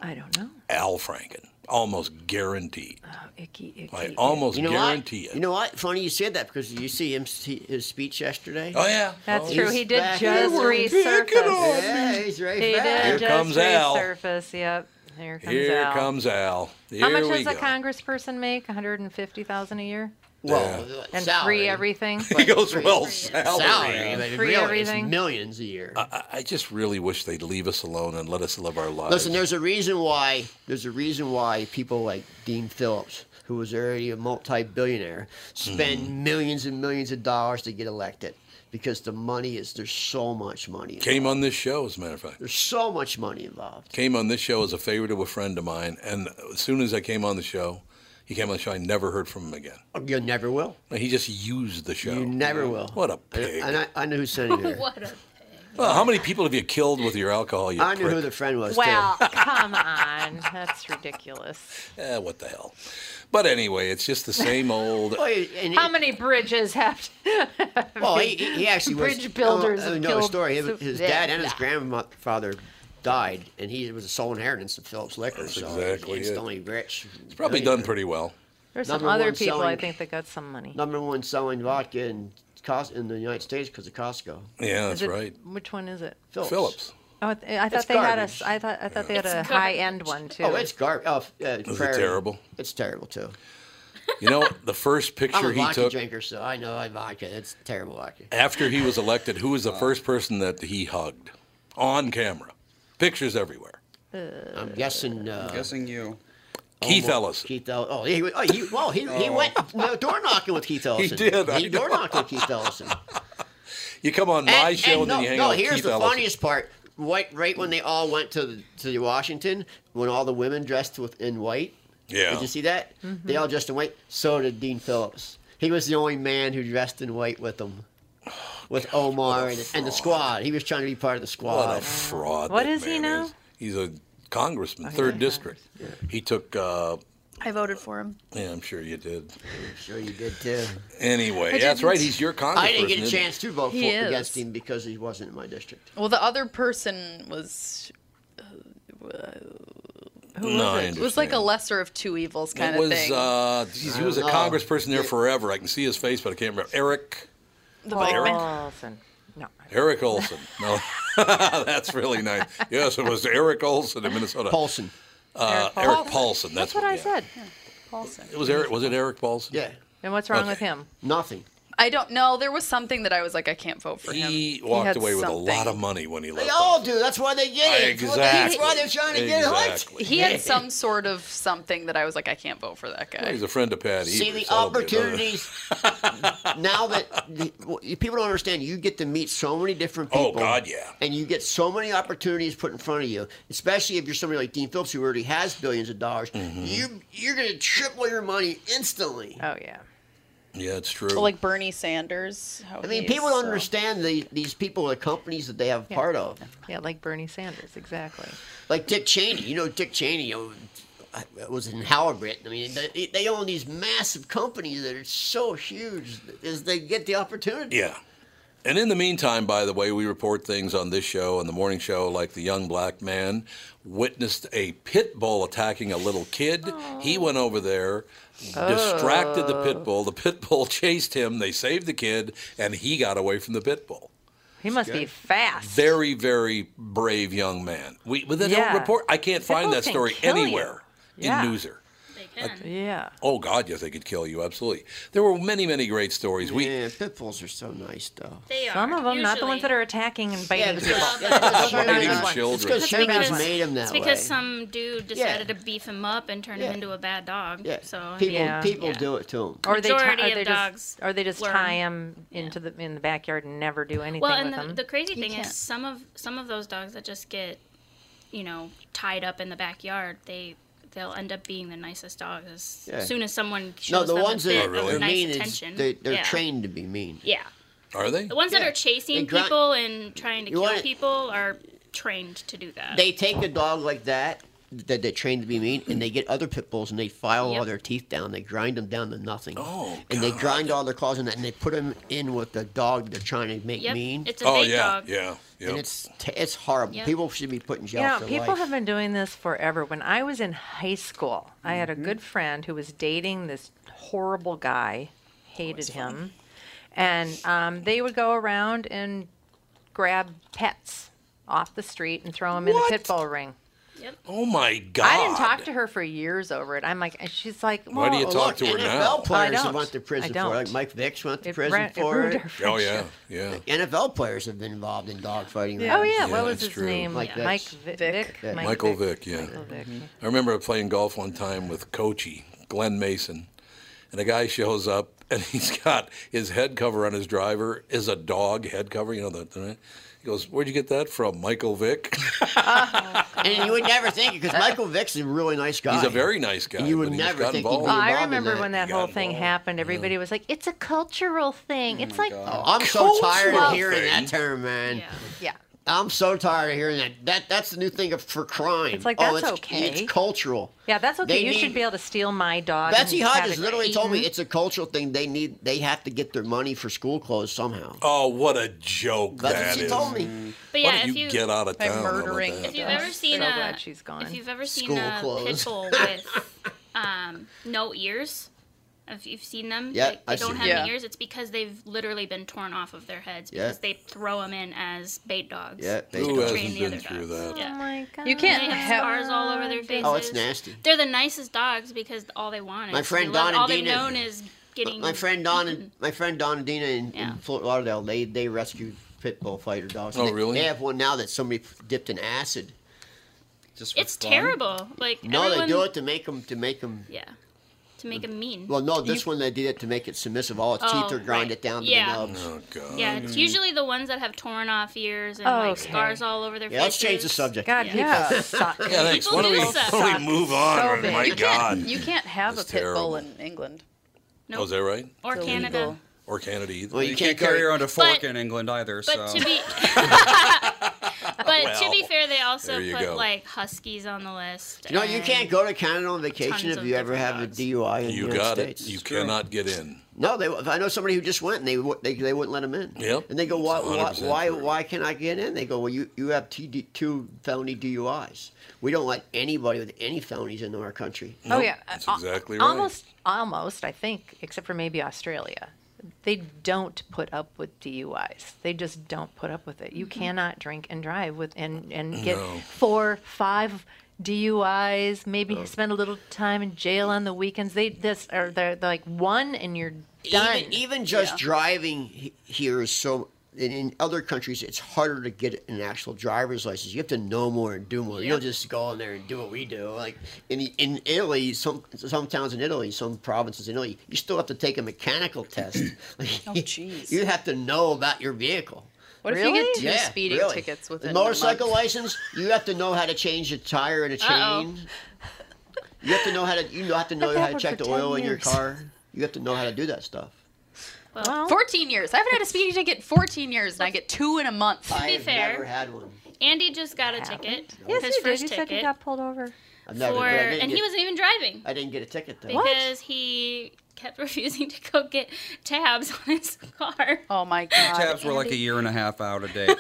[SPEAKER 4] I don't know.
[SPEAKER 1] Al Franken. Almost guaranteed.
[SPEAKER 4] Oh, icky, icky.
[SPEAKER 1] I almost
[SPEAKER 2] You know
[SPEAKER 1] guarantee
[SPEAKER 2] what?
[SPEAKER 1] it.
[SPEAKER 2] You know what? Funny you said that because you see him see his speech yesterday.
[SPEAKER 1] oh, yeah.
[SPEAKER 4] That's
[SPEAKER 1] Oh,
[SPEAKER 4] true.
[SPEAKER 2] he's
[SPEAKER 4] He did
[SPEAKER 2] back.
[SPEAKER 4] just
[SPEAKER 2] They were
[SPEAKER 4] resurface.
[SPEAKER 2] Yeah, he's right
[SPEAKER 4] He
[SPEAKER 2] back.
[SPEAKER 4] did
[SPEAKER 1] Here
[SPEAKER 4] just
[SPEAKER 1] comes Al.
[SPEAKER 4] resurface. Yep. Here comes
[SPEAKER 1] Here
[SPEAKER 4] Al.
[SPEAKER 1] comes Al. Here
[SPEAKER 4] How much
[SPEAKER 1] we
[SPEAKER 4] does a
[SPEAKER 1] go.
[SPEAKER 4] congressperson make? One hundred and fifty thousand a year
[SPEAKER 2] Well, uh,
[SPEAKER 4] and
[SPEAKER 2] salary.
[SPEAKER 4] free
[SPEAKER 1] [laughs]
[SPEAKER 4] everything.
[SPEAKER 1] He goes,
[SPEAKER 2] Free-
[SPEAKER 1] well,
[SPEAKER 8] free-
[SPEAKER 2] salary, but
[SPEAKER 4] Free
[SPEAKER 2] really,
[SPEAKER 4] everything.
[SPEAKER 2] it's millions a year.
[SPEAKER 1] I, I just really wish they'd leave us alone and let us live our lives.
[SPEAKER 2] Listen, there's a reason why there's a reason why people like Dean Phillips, who was already a multi-billionaire, spend
[SPEAKER 1] Hmm.
[SPEAKER 2] millions and millions of dollars to get elected because the money is there's so much money. Involved.
[SPEAKER 1] came on this show, as a matter of fact.
[SPEAKER 2] There's so much money involved.
[SPEAKER 1] Came on this show as a favor to a friend of mine, and as soon as I came on the show, he came on the show. I never heard from him again.
[SPEAKER 2] You never will.
[SPEAKER 1] He just used the show.
[SPEAKER 2] You never will.
[SPEAKER 1] Oh, What a pig!
[SPEAKER 2] And I, I knew who sent it
[SPEAKER 4] [laughs]
[SPEAKER 2] here.
[SPEAKER 8] [laughs] What a
[SPEAKER 1] well, how many people have you killed with your alcohol? You
[SPEAKER 2] I knew
[SPEAKER 1] prick?
[SPEAKER 2] who the friend was
[SPEAKER 4] Well, come on, that's ridiculous.
[SPEAKER 1] Eh, what the hell? But anyway, it's just the same
[SPEAKER 2] [laughs]
[SPEAKER 1] old.
[SPEAKER 2] too. Well, he- and he-
[SPEAKER 4] How many bridges have?
[SPEAKER 2] well, he, he actually was
[SPEAKER 4] Bridge builders
[SPEAKER 2] I
[SPEAKER 4] have
[SPEAKER 2] know the
[SPEAKER 4] killed
[SPEAKER 2] story. His,
[SPEAKER 4] so-
[SPEAKER 2] his
[SPEAKER 4] Yeah,
[SPEAKER 2] dad and his
[SPEAKER 4] yeah.
[SPEAKER 2] grandfather died, and he was a sole inheritance of Phillips Liquor.
[SPEAKER 1] That's
[SPEAKER 2] so
[SPEAKER 1] exactly
[SPEAKER 2] he's
[SPEAKER 1] it.
[SPEAKER 2] only rich.
[SPEAKER 1] It's probably done pretty well.
[SPEAKER 4] There's some
[SPEAKER 2] Number one
[SPEAKER 4] other people I
[SPEAKER 2] selling-
[SPEAKER 4] think that got some money.
[SPEAKER 2] number one selling vodka in Cos- in the United States because of Costco.
[SPEAKER 1] Yeah,
[SPEAKER 4] Is
[SPEAKER 1] that's
[SPEAKER 4] it-
[SPEAKER 1] right.
[SPEAKER 4] Which one is it?
[SPEAKER 2] Phillips.
[SPEAKER 1] Phillips.
[SPEAKER 4] Oh, I, th- I thought
[SPEAKER 2] It's
[SPEAKER 4] they had a. s-
[SPEAKER 2] garbage.
[SPEAKER 4] I thought I thought they had a
[SPEAKER 8] It's
[SPEAKER 4] high end one too.
[SPEAKER 2] Oh, it's garbage. Oh, f- uh,
[SPEAKER 1] Is it
[SPEAKER 2] Prairie.
[SPEAKER 1] terrible?
[SPEAKER 2] It's terrible too.
[SPEAKER 1] You know, the first
[SPEAKER 2] I'm
[SPEAKER 1] picture
[SPEAKER 2] a
[SPEAKER 1] he
[SPEAKER 2] vodka
[SPEAKER 1] took
[SPEAKER 2] drinker, so I know I vodka. It's terrible vodka.
[SPEAKER 1] after he was elected, who was the first person that he hugged on camera? Pictures everywhere.
[SPEAKER 2] I'm guessing. Uh,
[SPEAKER 6] Guessing you.
[SPEAKER 1] Keith Ellis.
[SPEAKER 2] Oh, Keith Ellison. Oh, he, oh, he, well, he, he went up, no, door knocking
[SPEAKER 1] [laughs]
[SPEAKER 2] with Keith Ellison.
[SPEAKER 1] did, I
[SPEAKER 2] He door knocked with Keith Ellison.
[SPEAKER 1] You come on [laughs] my
[SPEAKER 2] And-
[SPEAKER 1] show and,
[SPEAKER 2] no,
[SPEAKER 1] then you hang
[SPEAKER 2] no,
[SPEAKER 1] out with
[SPEAKER 2] here's
[SPEAKER 1] Keith
[SPEAKER 2] the
[SPEAKER 1] Ellison.
[SPEAKER 2] funniest part. Right, right when they all went to the, to Washington, when all the women dressed with in white.
[SPEAKER 1] Yeah.
[SPEAKER 2] Did you see that?
[SPEAKER 9] Mm-hmm.
[SPEAKER 2] They all dressed in white. So did Dean Phillips. He was the only man who dressed in white
[SPEAKER 1] [sighs]
[SPEAKER 2] with them, with Omar and, and the squad. He was trying to be part of the squad.
[SPEAKER 1] What a fraud.
[SPEAKER 4] What
[SPEAKER 1] that
[SPEAKER 4] is he
[SPEAKER 1] man
[SPEAKER 4] now?
[SPEAKER 1] is. He's a congressman,
[SPEAKER 4] he's
[SPEAKER 1] third
[SPEAKER 4] a
[SPEAKER 1] district. He took, uh,
[SPEAKER 3] I voted for him.
[SPEAKER 1] yeah, I'm sure you did.
[SPEAKER 2] Sure, you did too.
[SPEAKER 1] Anyway, that's right. He's your congressman.
[SPEAKER 2] I didn't get a chance to vote for,
[SPEAKER 9] He is.
[SPEAKER 2] against him because he wasn't in my district.
[SPEAKER 1] Uh,
[SPEAKER 9] Well, the other person was
[SPEAKER 1] no, I
[SPEAKER 9] it was like a
[SPEAKER 1] understand.
[SPEAKER 9] lesser of two evils kind
[SPEAKER 1] It
[SPEAKER 9] of
[SPEAKER 1] was,
[SPEAKER 9] thing.
[SPEAKER 1] uh, geez, he was a
[SPEAKER 2] don't know.
[SPEAKER 1] congressperson there forever. I can see his face, but I can't remember. Eric,
[SPEAKER 9] the bikeman.
[SPEAKER 4] Olsen. No.
[SPEAKER 1] Eric Olson. [laughs] No, that's really nice. Yes, it was Eric Olson in Minnesota.
[SPEAKER 2] Paulson.
[SPEAKER 1] Uh,
[SPEAKER 4] Eric
[SPEAKER 1] Eric
[SPEAKER 4] Paulson.
[SPEAKER 1] Paulson. That's,
[SPEAKER 4] That's what I
[SPEAKER 1] yeah.
[SPEAKER 4] said.
[SPEAKER 9] Paulson.
[SPEAKER 1] It was Eric. Was it Eric Paulson?
[SPEAKER 2] Yeah.
[SPEAKER 4] And what's wrong
[SPEAKER 1] Okay.
[SPEAKER 4] with him?
[SPEAKER 2] Nothing.
[SPEAKER 9] I don't know. There was something that I was like, I can't vote for him.
[SPEAKER 1] He walked
[SPEAKER 9] had
[SPEAKER 1] away with a lot
[SPEAKER 9] something.
[SPEAKER 1] of money when he left.
[SPEAKER 2] They all
[SPEAKER 1] office.
[SPEAKER 2] do. That's why they get it.
[SPEAKER 1] Exactly.
[SPEAKER 2] That's why they're trying to get hooked.
[SPEAKER 1] exactly.
[SPEAKER 9] He had some sort of something that I was like, I can't vote for that guy.
[SPEAKER 1] He's a friend of Pat.
[SPEAKER 2] [laughs] See
[SPEAKER 1] Eber,
[SPEAKER 2] the
[SPEAKER 1] so I'll be another-
[SPEAKER 2] opportunities
[SPEAKER 1] [laughs]
[SPEAKER 2] now that the, well, people don't understand. You get to meet so many different
[SPEAKER 1] Oh,
[SPEAKER 2] people.
[SPEAKER 1] God, yeah.
[SPEAKER 2] And you get so many opportunities put in front of you, especially if you're somebody like Dean Phillips who already has billions of dollars.
[SPEAKER 1] Mm-hmm.
[SPEAKER 2] You you're gonna triple your money instantly.
[SPEAKER 4] Oh yeah.
[SPEAKER 1] Yeah, it's true.
[SPEAKER 9] Well, like Bernie Sanders. how
[SPEAKER 2] I mean,
[SPEAKER 9] he's,
[SPEAKER 2] people don't
[SPEAKER 9] uh,
[SPEAKER 2] understand the, these people, the companies that they have part of.
[SPEAKER 4] Yeah, like Bernie Sanders, exactly.
[SPEAKER 2] like Dick Cheney. You know, Dick Cheney uh, was in Halibut. I mean, they, they own these massive companies that are so huge as they get the opportunity.
[SPEAKER 1] Yeah. And in the meantime, by the way, we report things on this show and the morning show, like the young black man witnessed a pit bull attacking a little kid. He went over there, distracted the
[SPEAKER 9] Oh.
[SPEAKER 1] pit bull. The pit bull [laughs] chased him. They saved the kid, and he got away from the pit bull.
[SPEAKER 4] He must be fast.
[SPEAKER 1] Very, very brave young man. We, but they
[SPEAKER 4] Yeah.
[SPEAKER 1] don't report. I can't
[SPEAKER 4] Pit
[SPEAKER 1] find
[SPEAKER 4] bulls
[SPEAKER 1] that
[SPEAKER 4] can
[SPEAKER 1] story
[SPEAKER 4] kill you.
[SPEAKER 1] anywhere
[SPEAKER 4] Yeah.
[SPEAKER 1] in Newser.
[SPEAKER 8] They can.
[SPEAKER 4] yeah.
[SPEAKER 1] Oh God, yes, they could kill you. Absolutely. There were many, many great stories. We
[SPEAKER 2] Man, pit bulls are so nice, though.
[SPEAKER 8] They are.
[SPEAKER 4] Some of them, not the ones that are attacking and biting. people.
[SPEAKER 1] Biting children.
[SPEAKER 2] because humans made them that
[SPEAKER 8] It's
[SPEAKER 2] way.
[SPEAKER 8] because some dude decided to beef him up and turn
[SPEAKER 2] Yeah.
[SPEAKER 8] him into a bad dog.
[SPEAKER 2] yeah.
[SPEAKER 8] So
[SPEAKER 2] people
[SPEAKER 4] yeah.
[SPEAKER 2] people
[SPEAKER 8] Yeah.
[SPEAKER 2] do it to them.
[SPEAKER 4] Or they, ti-
[SPEAKER 8] Majority
[SPEAKER 4] or
[SPEAKER 8] of
[SPEAKER 4] they
[SPEAKER 8] dogs
[SPEAKER 4] just, or they just
[SPEAKER 8] learn.
[SPEAKER 4] tie them into the in the backyard and never do anything
[SPEAKER 8] well,
[SPEAKER 4] with
[SPEAKER 8] and the,
[SPEAKER 4] them.
[SPEAKER 8] the crazy thing
[SPEAKER 9] can't.
[SPEAKER 8] is, some of some of those dogs that just get, you know, tied up in the backyard, they they'll end up being the nicest dogs as
[SPEAKER 2] Yeah.
[SPEAKER 8] soon as someone shows
[SPEAKER 2] no, the
[SPEAKER 8] them
[SPEAKER 2] ones
[SPEAKER 8] a bit
[SPEAKER 2] that
[SPEAKER 1] Oh, really?
[SPEAKER 8] of
[SPEAKER 2] are
[SPEAKER 8] nice
[SPEAKER 2] mean is
[SPEAKER 8] attention.
[SPEAKER 2] they, they're
[SPEAKER 8] yeah.
[SPEAKER 2] trained to be mean.
[SPEAKER 8] Yeah,
[SPEAKER 1] are they?
[SPEAKER 8] the ones
[SPEAKER 2] Yeah.
[SPEAKER 8] that are chasing
[SPEAKER 2] They grind-
[SPEAKER 8] people and trying to
[SPEAKER 2] You
[SPEAKER 8] kill
[SPEAKER 2] wanna-
[SPEAKER 8] people are trained to do that.
[SPEAKER 2] They take a dog like that that they're trained to be mean, and they get other pit bulls and they file all
[SPEAKER 8] Yep.
[SPEAKER 2] their teeth down. They grind them down to nothing.
[SPEAKER 1] Oh,
[SPEAKER 2] and they
[SPEAKER 1] God.
[SPEAKER 2] grind all their claws in that, and they put them in with the dog they're trying to make
[SPEAKER 8] yep,
[SPEAKER 2] mean.
[SPEAKER 8] it's a
[SPEAKER 1] oh
[SPEAKER 8] bait
[SPEAKER 1] yeah,
[SPEAKER 8] dog.
[SPEAKER 1] yeah, yeah.
[SPEAKER 2] and it's t- it's horrible.
[SPEAKER 8] Yep.
[SPEAKER 2] People should be put in jail
[SPEAKER 4] Yeah,
[SPEAKER 2] for
[SPEAKER 4] people
[SPEAKER 2] life.
[SPEAKER 4] have been doing this forever. When I was in high school, I had a good friend who was dating this horrible guy, hated him, and um, they would go around and grab pets off the street and throw them in a pit bull ring.
[SPEAKER 1] oh my God.
[SPEAKER 4] I didn't talk to her for years over it. I'm like, and she's like, well,
[SPEAKER 1] Why do you
[SPEAKER 2] Well,
[SPEAKER 1] talk to her
[SPEAKER 2] look, NFL
[SPEAKER 1] now.
[SPEAKER 2] players
[SPEAKER 4] I don't.
[SPEAKER 2] have went to prison
[SPEAKER 4] I
[SPEAKER 2] for it. Like
[SPEAKER 4] don't.
[SPEAKER 2] Mike Vicks went to
[SPEAKER 4] It
[SPEAKER 2] prison
[SPEAKER 4] ran- it
[SPEAKER 2] for
[SPEAKER 4] ruined
[SPEAKER 2] it.
[SPEAKER 4] [laughs] our
[SPEAKER 1] Oh
[SPEAKER 4] friendship.
[SPEAKER 1] yeah, yeah.
[SPEAKER 2] NFL players have been involved in dogfighting.
[SPEAKER 4] Oh yeah,
[SPEAKER 1] Yeah,
[SPEAKER 4] what was
[SPEAKER 1] that's
[SPEAKER 4] his
[SPEAKER 1] true.
[SPEAKER 4] name?
[SPEAKER 2] Mike
[SPEAKER 4] Mike
[SPEAKER 2] Vick.
[SPEAKER 4] Vick.
[SPEAKER 9] Vick.
[SPEAKER 4] Vic- Mike
[SPEAKER 1] Michael Vick, yeah.
[SPEAKER 4] Michael Vick.
[SPEAKER 1] I remember playing golf one time with Coachy, Glenn Mason, and a guy shows up and [laughs] he's got his head cover on his driver is a dog head cover, you know that. right? He goes, "Where'd you get that from, Michael Vick?" [laughs]
[SPEAKER 2] And you would never
[SPEAKER 4] [laughs]
[SPEAKER 2] think it because Michael Vick's a really nice guy.
[SPEAKER 1] he's a very nice guy.
[SPEAKER 2] You would
[SPEAKER 1] but he just
[SPEAKER 2] never
[SPEAKER 1] got
[SPEAKER 2] think he'd be
[SPEAKER 1] involved.
[SPEAKER 4] Oh, I
[SPEAKER 2] involved in
[SPEAKER 4] remember
[SPEAKER 2] that.
[SPEAKER 4] when that
[SPEAKER 1] You got
[SPEAKER 4] whole thing
[SPEAKER 1] involved,
[SPEAKER 4] happened. Everybody was like, "It's a cultural thing." it's like,
[SPEAKER 2] Oh, I'm so
[SPEAKER 1] Coach
[SPEAKER 2] tired of
[SPEAKER 1] Ruffin.
[SPEAKER 2] hearing that term, man.
[SPEAKER 8] Yeah.
[SPEAKER 4] yeah,
[SPEAKER 2] I'm so tired of hearing that. That that's the new thing of, for crime.
[SPEAKER 4] It's like,
[SPEAKER 2] oh,
[SPEAKER 4] that's
[SPEAKER 2] it's,
[SPEAKER 4] okay.
[SPEAKER 2] It's cultural.
[SPEAKER 4] yeah, that's okay.
[SPEAKER 2] They
[SPEAKER 4] you should
[SPEAKER 2] need-
[SPEAKER 4] be able to steal my dog.
[SPEAKER 2] Betsy
[SPEAKER 4] and have
[SPEAKER 2] Hodges
[SPEAKER 4] it
[SPEAKER 2] literally told me
[SPEAKER 4] eaten.
[SPEAKER 2] it's a cultural thing. They need they have to get their money for school clothes somehow.
[SPEAKER 1] Oh, what a joke
[SPEAKER 2] That's
[SPEAKER 1] that
[SPEAKER 2] what she
[SPEAKER 1] is.
[SPEAKER 2] told me.
[SPEAKER 1] Why
[SPEAKER 8] But yeah,
[SPEAKER 1] don't
[SPEAKER 8] if
[SPEAKER 1] you, get out of
[SPEAKER 9] By
[SPEAKER 1] town? How about
[SPEAKER 9] murdering
[SPEAKER 1] that?
[SPEAKER 8] If you've
[SPEAKER 9] Yeah.
[SPEAKER 8] ever seen
[SPEAKER 4] So
[SPEAKER 8] a,
[SPEAKER 4] glad she's gone.
[SPEAKER 2] [laughs]
[SPEAKER 8] if you've ever seen
[SPEAKER 2] School
[SPEAKER 8] a
[SPEAKER 2] clothes.
[SPEAKER 8] pit bull with um, no ears, If you've seen them,
[SPEAKER 2] Yeah,
[SPEAKER 8] like, they
[SPEAKER 2] I've
[SPEAKER 8] don't
[SPEAKER 2] seen
[SPEAKER 8] have
[SPEAKER 2] them.
[SPEAKER 8] any ears. It's because they've literally been torn off of their heads
[SPEAKER 2] Yeah.
[SPEAKER 8] because they throw them in as bait dogs.
[SPEAKER 2] Yeah, bait
[SPEAKER 8] to
[SPEAKER 2] dogs. Who
[SPEAKER 8] train
[SPEAKER 2] hasn't
[SPEAKER 8] the
[SPEAKER 2] been
[SPEAKER 8] other
[SPEAKER 2] through that?
[SPEAKER 8] dogs. Yeah.
[SPEAKER 4] my God.
[SPEAKER 9] You can't
[SPEAKER 8] They have
[SPEAKER 9] have-
[SPEAKER 8] scars all over their faces.
[SPEAKER 2] Oh, it's nasty.
[SPEAKER 8] They're the nicest dogs because all they want is
[SPEAKER 2] My friend
[SPEAKER 8] they
[SPEAKER 2] Don
[SPEAKER 8] love-
[SPEAKER 2] and
[SPEAKER 8] all they've
[SPEAKER 2] Dina-
[SPEAKER 8] known is getting
[SPEAKER 2] My friend Don
[SPEAKER 8] [laughs]
[SPEAKER 2] and my friend Don and Dina in,
[SPEAKER 8] Yeah.
[SPEAKER 2] in Fort Lauderdale, they they rescued pit bull fighter dogs.
[SPEAKER 1] Oh,
[SPEAKER 2] They-
[SPEAKER 1] really?
[SPEAKER 2] They have one now that somebody dipped in acid.
[SPEAKER 6] Just
[SPEAKER 8] It's terrible. Like
[SPEAKER 2] No,
[SPEAKER 8] everyone,
[SPEAKER 2] they do it to make them to make them.
[SPEAKER 8] Yeah, to make them mean.
[SPEAKER 2] Well, no, this one they did it to make it submissive. All its teeth
[SPEAKER 8] Oh,
[SPEAKER 2] are ground
[SPEAKER 8] right.
[SPEAKER 2] it down to
[SPEAKER 8] Yeah.
[SPEAKER 2] the nubs.
[SPEAKER 1] Oh God.
[SPEAKER 8] Yeah, it's usually the ones that have torn off ears and like
[SPEAKER 4] Okay.
[SPEAKER 8] scars all over their
[SPEAKER 2] Yeah, let's
[SPEAKER 8] faces.
[SPEAKER 2] change the subject.
[SPEAKER 4] God,
[SPEAKER 8] Yeah.
[SPEAKER 4] people suck.
[SPEAKER 1] Yeah, thanks.
[SPEAKER 8] People
[SPEAKER 1] Why don't,
[SPEAKER 8] do
[SPEAKER 1] we,
[SPEAKER 8] suck.
[SPEAKER 1] why don't we move on? Oh,
[SPEAKER 4] So big.
[SPEAKER 1] my
[SPEAKER 4] You
[SPEAKER 1] God.
[SPEAKER 9] You can't have
[SPEAKER 1] That's
[SPEAKER 9] a pit
[SPEAKER 1] terrible.
[SPEAKER 9] bull in England.
[SPEAKER 1] Oh, is that right?
[SPEAKER 8] Or
[SPEAKER 9] It's
[SPEAKER 8] Canada.
[SPEAKER 9] illegal.
[SPEAKER 1] Or Canada either?
[SPEAKER 2] Well,
[SPEAKER 6] You, can't carry around a fork in England either.
[SPEAKER 8] But
[SPEAKER 6] so
[SPEAKER 8] to
[SPEAKER 1] [laughs]
[SPEAKER 8] be, [laughs] but to be
[SPEAKER 1] Well,
[SPEAKER 8] fair, they also
[SPEAKER 1] there you
[SPEAKER 8] put
[SPEAKER 1] go.
[SPEAKER 8] like huskies on the list.
[SPEAKER 2] No, you
[SPEAKER 8] and-
[SPEAKER 2] can't go to Canada on vacation
[SPEAKER 8] Tons
[SPEAKER 2] if
[SPEAKER 8] of
[SPEAKER 2] you ever
[SPEAKER 8] different
[SPEAKER 2] have
[SPEAKER 8] dogs.
[SPEAKER 2] a DUI in the
[SPEAKER 1] you
[SPEAKER 2] United
[SPEAKER 1] got it.
[SPEAKER 2] States.
[SPEAKER 1] You cannot get in.
[SPEAKER 2] No, they. I know somebody who just went and they wou- they, they wouldn't let him in.
[SPEAKER 1] Yep.
[SPEAKER 2] And they go, why
[SPEAKER 1] It's
[SPEAKER 2] why
[SPEAKER 1] 100%
[SPEAKER 2] why,
[SPEAKER 1] true.
[SPEAKER 2] why can I get in? They go, well, you you have TD, two felony DUIs. We don't let anybody with any felonies into our country.
[SPEAKER 4] Oh yeah,
[SPEAKER 1] that's
[SPEAKER 4] Al-
[SPEAKER 1] exactly right.
[SPEAKER 4] Almost, almost. I think, except for maybe Australia, they don't put up with DUIs. They just don't put up with it.
[SPEAKER 6] Mm-hmm.
[SPEAKER 4] You cannot drink and drive with and and get
[SPEAKER 1] No.
[SPEAKER 4] four, five DUIs. Maybe spend a little time in jail on the weekends. They this or they're, they're like one and you're done.
[SPEAKER 2] Even even just
[SPEAKER 9] Yeah.
[SPEAKER 2] driving he- here is so. In, in other countries, it's harder to get an actual driver's license. You have to know more and do more. You don't just go in there and do what we do. Like in in Italy, some some towns in Italy, some provinces in Italy, you still have to take a mechanical test. [laughs] oh,
[SPEAKER 9] jeez.
[SPEAKER 2] You have to know about your vehicle.
[SPEAKER 9] What if you
[SPEAKER 4] Really?
[SPEAKER 9] get two
[SPEAKER 2] yeah,
[SPEAKER 9] speeding
[SPEAKER 2] really.
[SPEAKER 9] tickets with
[SPEAKER 2] a motorcycle license. You have to know how to change a tire and a
[SPEAKER 8] Uh-oh.
[SPEAKER 2] chain. You have to know how to. You have to know
[SPEAKER 4] I've had
[SPEAKER 2] how to
[SPEAKER 4] one
[SPEAKER 2] check
[SPEAKER 4] for
[SPEAKER 2] the
[SPEAKER 4] 10
[SPEAKER 2] oil in your
[SPEAKER 4] years.
[SPEAKER 2] car. You have to know how to do that stuff.
[SPEAKER 4] well,
[SPEAKER 9] 14 years. I haven't had a speeding ticket in 14 years, and I get two in a month.
[SPEAKER 2] I
[SPEAKER 8] be
[SPEAKER 2] have
[SPEAKER 8] fair-
[SPEAKER 2] never had one.
[SPEAKER 8] Andy just got a ticket.
[SPEAKER 4] yes,
[SPEAKER 8] his
[SPEAKER 4] you did.
[SPEAKER 8] first
[SPEAKER 4] You
[SPEAKER 8] ticket.
[SPEAKER 4] said you got pulled over.
[SPEAKER 2] I've
[SPEAKER 8] for
[SPEAKER 2] never. but I didn't
[SPEAKER 8] and
[SPEAKER 2] get,
[SPEAKER 8] he wasn't even driving
[SPEAKER 2] I didn't get a ticket though.
[SPEAKER 8] because he kept [laughs] refusing to go get tabs on his car.
[SPEAKER 9] Oh my god.
[SPEAKER 6] tabs were like a year and a half out a
[SPEAKER 8] [laughs]
[SPEAKER 6] day.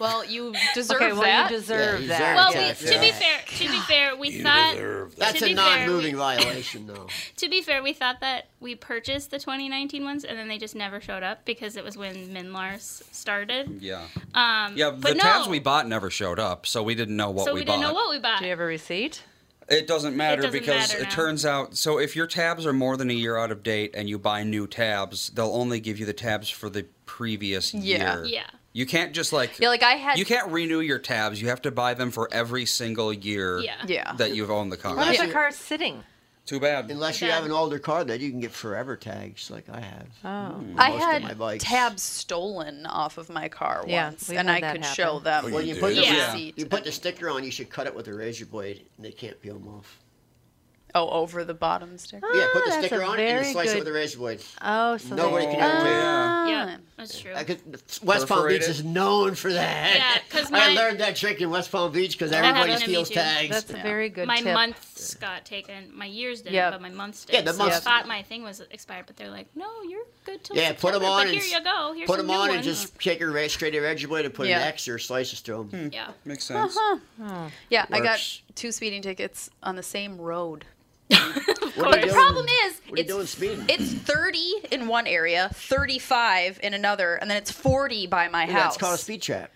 [SPEAKER 9] Well, you deserve
[SPEAKER 4] [laughs] Okay, well
[SPEAKER 9] that.
[SPEAKER 4] you deserve
[SPEAKER 2] Yeah,
[SPEAKER 4] that.
[SPEAKER 8] Well,
[SPEAKER 2] Yeah,
[SPEAKER 8] we, to be fair, to be fair, we
[SPEAKER 1] You
[SPEAKER 8] thought
[SPEAKER 1] deserve that.
[SPEAKER 2] That's
[SPEAKER 8] to
[SPEAKER 2] a
[SPEAKER 8] be fair,
[SPEAKER 2] non-moving violation
[SPEAKER 8] [laughs]
[SPEAKER 2] though.
[SPEAKER 8] to be fair, we thought that we purchased the 2019 ones and then they just never showed up because it was when Minlars started.
[SPEAKER 6] yeah.
[SPEAKER 8] Um,
[SPEAKER 6] Yeah,
[SPEAKER 8] but
[SPEAKER 6] the
[SPEAKER 8] no.
[SPEAKER 6] tabs we bought never showed up, so we didn't know what
[SPEAKER 8] so
[SPEAKER 6] we,
[SPEAKER 8] we
[SPEAKER 6] bought.
[SPEAKER 8] didn't know what we bought.
[SPEAKER 4] Do you have a receipt?
[SPEAKER 6] It doesn't matter
[SPEAKER 8] doesn't
[SPEAKER 6] because
[SPEAKER 8] matter
[SPEAKER 6] it
[SPEAKER 8] now.
[SPEAKER 6] turns out so if your tabs are more than a year out of date and you buy new tabs, they'll only give you the tabs for the previous
[SPEAKER 9] Yeah.
[SPEAKER 6] year.
[SPEAKER 8] Yeah.
[SPEAKER 6] You can't just like
[SPEAKER 9] Yeah, like I had.
[SPEAKER 6] you can't renew your tabs. You have to buy them for every single year
[SPEAKER 8] Yeah.
[SPEAKER 9] Yeah.
[SPEAKER 6] that you've owned the car.
[SPEAKER 4] What if
[SPEAKER 9] Yeah.
[SPEAKER 4] the car's sitting?
[SPEAKER 6] Too bad.
[SPEAKER 2] Unless you
[SPEAKER 8] Yeah.
[SPEAKER 2] have an older car, then you can get forever tags like I have.
[SPEAKER 4] Oh.
[SPEAKER 2] Mm,
[SPEAKER 9] I
[SPEAKER 2] most of
[SPEAKER 9] had
[SPEAKER 2] my bikes.
[SPEAKER 9] tabs stolen off of my car
[SPEAKER 4] Yeah,
[SPEAKER 9] once,
[SPEAKER 4] we've
[SPEAKER 9] and
[SPEAKER 4] had
[SPEAKER 9] I
[SPEAKER 4] that
[SPEAKER 9] could show them.
[SPEAKER 1] Oh,
[SPEAKER 2] When
[SPEAKER 1] you
[SPEAKER 2] you put
[SPEAKER 8] do?
[SPEAKER 2] the
[SPEAKER 8] Yeah.
[SPEAKER 9] receipt.
[SPEAKER 2] you put the sticker on, you should cut it with a razor blade, and they can't peel them off.
[SPEAKER 9] Oh, over the bottom sticker.
[SPEAKER 2] Yeah, put the
[SPEAKER 4] Ah, that's a
[SPEAKER 2] sticker on it and
[SPEAKER 4] very
[SPEAKER 2] you slice it
[SPEAKER 4] good-
[SPEAKER 2] with a razor blade.
[SPEAKER 4] Oh, so
[SPEAKER 2] Nobody
[SPEAKER 4] they-
[SPEAKER 2] can ever
[SPEAKER 4] Ah.
[SPEAKER 2] do that.
[SPEAKER 6] yeah.
[SPEAKER 8] Yeah, that's true.
[SPEAKER 2] I could, West Palm
[SPEAKER 6] Perforate
[SPEAKER 2] Beach
[SPEAKER 6] it.
[SPEAKER 2] is known for that.
[SPEAKER 8] Yeah,
[SPEAKER 2] [laughs]
[SPEAKER 8] 'cause
[SPEAKER 2] I
[SPEAKER 8] my-
[SPEAKER 2] learned that trick in West Palm Beach because
[SPEAKER 8] happened
[SPEAKER 2] everybody
[SPEAKER 8] to me
[SPEAKER 2] steals
[SPEAKER 8] too.
[SPEAKER 2] tags.
[SPEAKER 4] That's a
[SPEAKER 9] Yeah.
[SPEAKER 4] very good
[SPEAKER 8] my
[SPEAKER 4] tip.
[SPEAKER 8] months got taken. My years didn't,
[SPEAKER 4] Yep.
[SPEAKER 8] but my months did.
[SPEAKER 2] Yeah, the
[SPEAKER 8] so
[SPEAKER 2] months-
[SPEAKER 8] I thought my thing was expired, but they're like, no, you're good till
[SPEAKER 2] yeah, put
[SPEAKER 8] September,
[SPEAKER 2] them on
[SPEAKER 8] but
[SPEAKER 2] and
[SPEAKER 8] here you go. Here's
[SPEAKER 2] put
[SPEAKER 8] some
[SPEAKER 2] them
[SPEAKER 8] new
[SPEAKER 2] on and
[SPEAKER 8] ones."
[SPEAKER 2] just take a ra- straight razor blade and put an
[SPEAKER 9] Yeah.
[SPEAKER 2] X or slices through them.
[SPEAKER 8] yeah.
[SPEAKER 6] Makes sense.
[SPEAKER 8] Uh-huh.
[SPEAKER 9] Yeah, I got
[SPEAKER 6] Works.
[SPEAKER 9] two speeding tickets on the same road.
[SPEAKER 2] What are you
[SPEAKER 9] The
[SPEAKER 2] doing?
[SPEAKER 9] problem is,
[SPEAKER 2] What are you
[SPEAKER 9] it's,
[SPEAKER 2] doing speeding?
[SPEAKER 9] it's 30 in one area, 35 in another, and then it's 40 by my
[SPEAKER 2] Yeah,
[SPEAKER 9] house.
[SPEAKER 2] it's called a speed trap.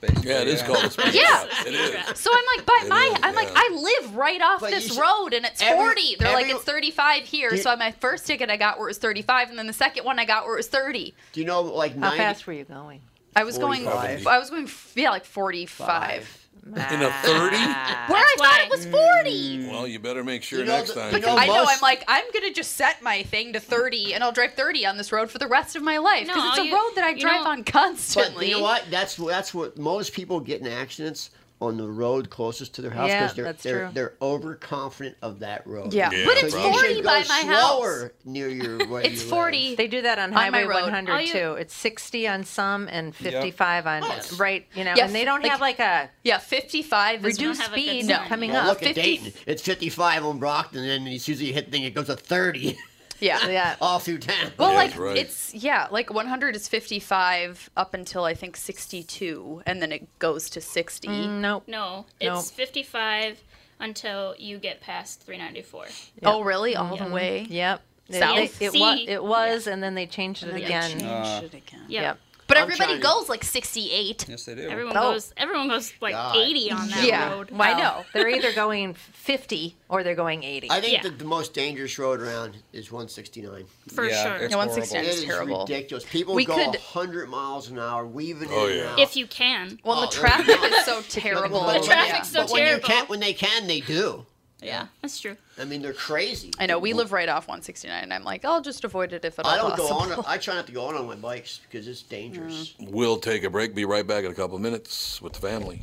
[SPEAKER 6] Basically,
[SPEAKER 1] Yeah, it is called a
[SPEAKER 8] [laughs]
[SPEAKER 9] [laughs]
[SPEAKER 1] speed
[SPEAKER 9] Yeah.
[SPEAKER 1] trap. It is.
[SPEAKER 9] So I'm like, by
[SPEAKER 1] It
[SPEAKER 9] my,
[SPEAKER 1] is,
[SPEAKER 9] I'm like,
[SPEAKER 1] yeah.
[SPEAKER 9] I live right off
[SPEAKER 2] But you
[SPEAKER 9] this
[SPEAKER 2] should-
[SPEAKER 9] road, and it's
[SPEAKER 2] every-
[SPEAKER 9] 40. They're like,
[SPEAKER 2] every-
[SPEAKER 9] it's 35 here.
[SPEAKER 2] Do you-
[SPEAKER 9] so my first ticket I got where it was 35, and then the second one I got where it was 30.
[SPEAKER 2] Do you know like
[SPEAKER 4] How
[SPEAKER 2] 90?
[SPEAKER 4] fast were you going?
[SPEAKER 9] I was going,
[SPEAKER 2] 45.
[SPEAKER 9] I was going, f- yeah, like 45.
[SPEAKER 1] In a 30?
[SPEAKER 9] Where I thought it was
[SPEAKER 8] Mm.
[SPEAKER 9] 40.
[SPEAKER 1] Well, you better make sure
[SPEAKER 2] You know
[SPEAKER 1] next
[SPEAKER 2] the-
[SPEAKER 1] time.
[SPEAKER 2] you know
[SPEAKER 9] I know.
[SPEAKER 2] most-
[SPEAKER 9] I'm like, I'm gonna just set my thing to 30, and I'll drive 30 on this road for the rest of my life because
[SPEAKER 8] No,
[SPEAKER 9] it's a
[SPEAKER 8] you-
[SPEAKER 9] road that I
[SPEAKER 8] you
[SPEAKER 9] drive
[SPEAKER 8] know-
[SPEAKER 9] on
[SPEAKER 2] But
[SPEAKER 9] constantly.
[SPEAKER 2] you know what? That's that's what most people get in accidents on the road closest to their house
[SPEAKER 4] Yeah,
[SPEAKER 2] because they're
[SPEAKER 4] that's
[SPEAKER 2] they're
[SPEAKER 4] true.
[SPEAKER 2] they're overconfident of that road.
[SPEAKER 9] Yeah.
[SPEAKER 1] Yeah,
[SPEAKER 9] but
[SPEAKER 2] So
[SPEAKER 9] it's
[SPEAKER 1] probably.
[SPEAKER 2] you
[SPEAKER 9] 40
[SPEAKER 2] should
[SPEAKER 9] by
[SPEAKER 2] go
[SPEAKER 9] my
[SPEAKER 2] slower
[SPEAKER 9] house. [laughs]
[SPEAKER 2] near your way.
[SPEAKER 9] It's 40.
[SPEAKER 4] They do that
[SPEAKER 9] On
[SPEAKER 4] on
[SPEAKER 9] my
[SPEAKER 4] Highway
[SPEAKER 9] road.
[SPEAKER 4] 100
[SPEAKER 8] Oh, you-
[SPEAKER 4] too. It's 60 on some and 55 on right, you know,
[SPEAKER 9] Yeah,
[SPEAKER 4] and they don't
[SPEAKER 9] like-
[SPEAKER 4] have like a
[SPEAKER 9] Yeah, 55 is
[SPEAKER 4] reduced
[SPEAKER 8] have a good
[SPEAKER 4] speed
[SPEAKER 8] sign.
[SPEAKER 4] coming
[SPEAKER 2] Well,
[SPEAKER 4] up.
[SPEAKER 2] look at
[SPEAKER 9] 50
[SPEAKER 2] Dayton. It's 55 on Brockton, and as soon as you hit thing, it goes to 30
[SPEAKER 9] yeah.
[SPEAKER 4] yeah.
[SPEAKER 2] [laughs] all through town.
[SPEAKER 9] Well,
[SPEAKER 1] Yeah,
[SPEAKER 9] like
[SPEAKER 1] that's right.
[SPEAKER 9] it's yeah, like 100 is 55 up until I think 62, and then it goes to 60.
[SPEAKER 4] Mm, Nope.
[SPEAKER 8] Mm. No, it's
[SPEAKER 4] Nope.
[SPEAKER 8] 55 until you get past 394.
[SPEAKER 9] Oh,
[SPEAKER 4] Yep. Mhm. Yep. They- they-
[SPEAKER 8] South?
[SPEAKER 4] it,
[SPEAKER 8] See?
[SPEAKER 4] was, it was, and then they changed it
[SPEAKER 8] And then they
[SPEAKER 4] again.
[SPEAKER 8] changed
[SPEAKER 9] Uh,
[SPEAKER 8] it again.
[SPEAKER 4] Yep.
[SPEAKER 9] But
[SPEAKER 4] I'm
[SPEAKER 9] everybody
[SPEAKER 4] trying to-
[SPEAKER 9] goes like 68.
[SPEAKER 6] Yes, they do.
[SPEAKER 9] Everyone
[SPEAKER 8] Everyone
[SPEAKER 10] Oh.
[SPEAKER 9] goes.
[SPEAKER 8] goes. Everyone goes like
[SPEAKER 2] God.
[SPEAKER 8] 80 on that
[SPEAKER 9] Yeah.
[SPEAKER 8] road. Oh.
[SPEAKER 4] Well, [laughs] they're either going 50 or they're going 80.
[SPEAKER 2] I think the, the most dangerous road around is 169.
[SPEAKER 4] For Yeah, sure. it's
[SPEAKER 2] Yeah,
[SPEAKER 4] Yeah, 169 horrible. is terrible.
[SPEAKER 2] ridiculous. People
[SPEAKER 9] We
[SPEAKER 2] go
[SPEAKER 9] could-
[SPEAKER 2] 100 miles an hour, weaving
[SPEAKER 9] Oh,
[SPEAKER 2] in
[SPEAKER 9] yeah.
[SPEAKER 2] and out.
[SPEAKER 8] [laughs] If you can.
[SPEAKER 9] Well,
[SPEAKER 2] Oh,
[SPEAKER 9] the
[SPEAKER 2] there you
[SPEAKER 9] traffic is [laughs] so terrible.
[SPEAKER 2] But-
[SPEAKER 9] The
[SPEAKER 2] but-
[SPEAKER 9] traffic's so
[SPEAKER 2] but when
[SPEAKER 9] terrible.
[SPEAKER 2] You can, when they can, they do.
[SPEAKER 9] Yeah,
[SPEAKER 8] that's true.
[SPEAKER 2] I mean, they're crazy.
[SPEAKER 9] I know we live right off 169, and I'm like, I'll just avoid it if at all
[SPEAKER 2] I don't
[SPEAKER 9] possible. Mm.
[SPEAKER 2] go on. I try not to go on on my bikes because it's dangerous.
[SPEAKER 1] We'll take a break. Be right back in a couple of minutes with the family.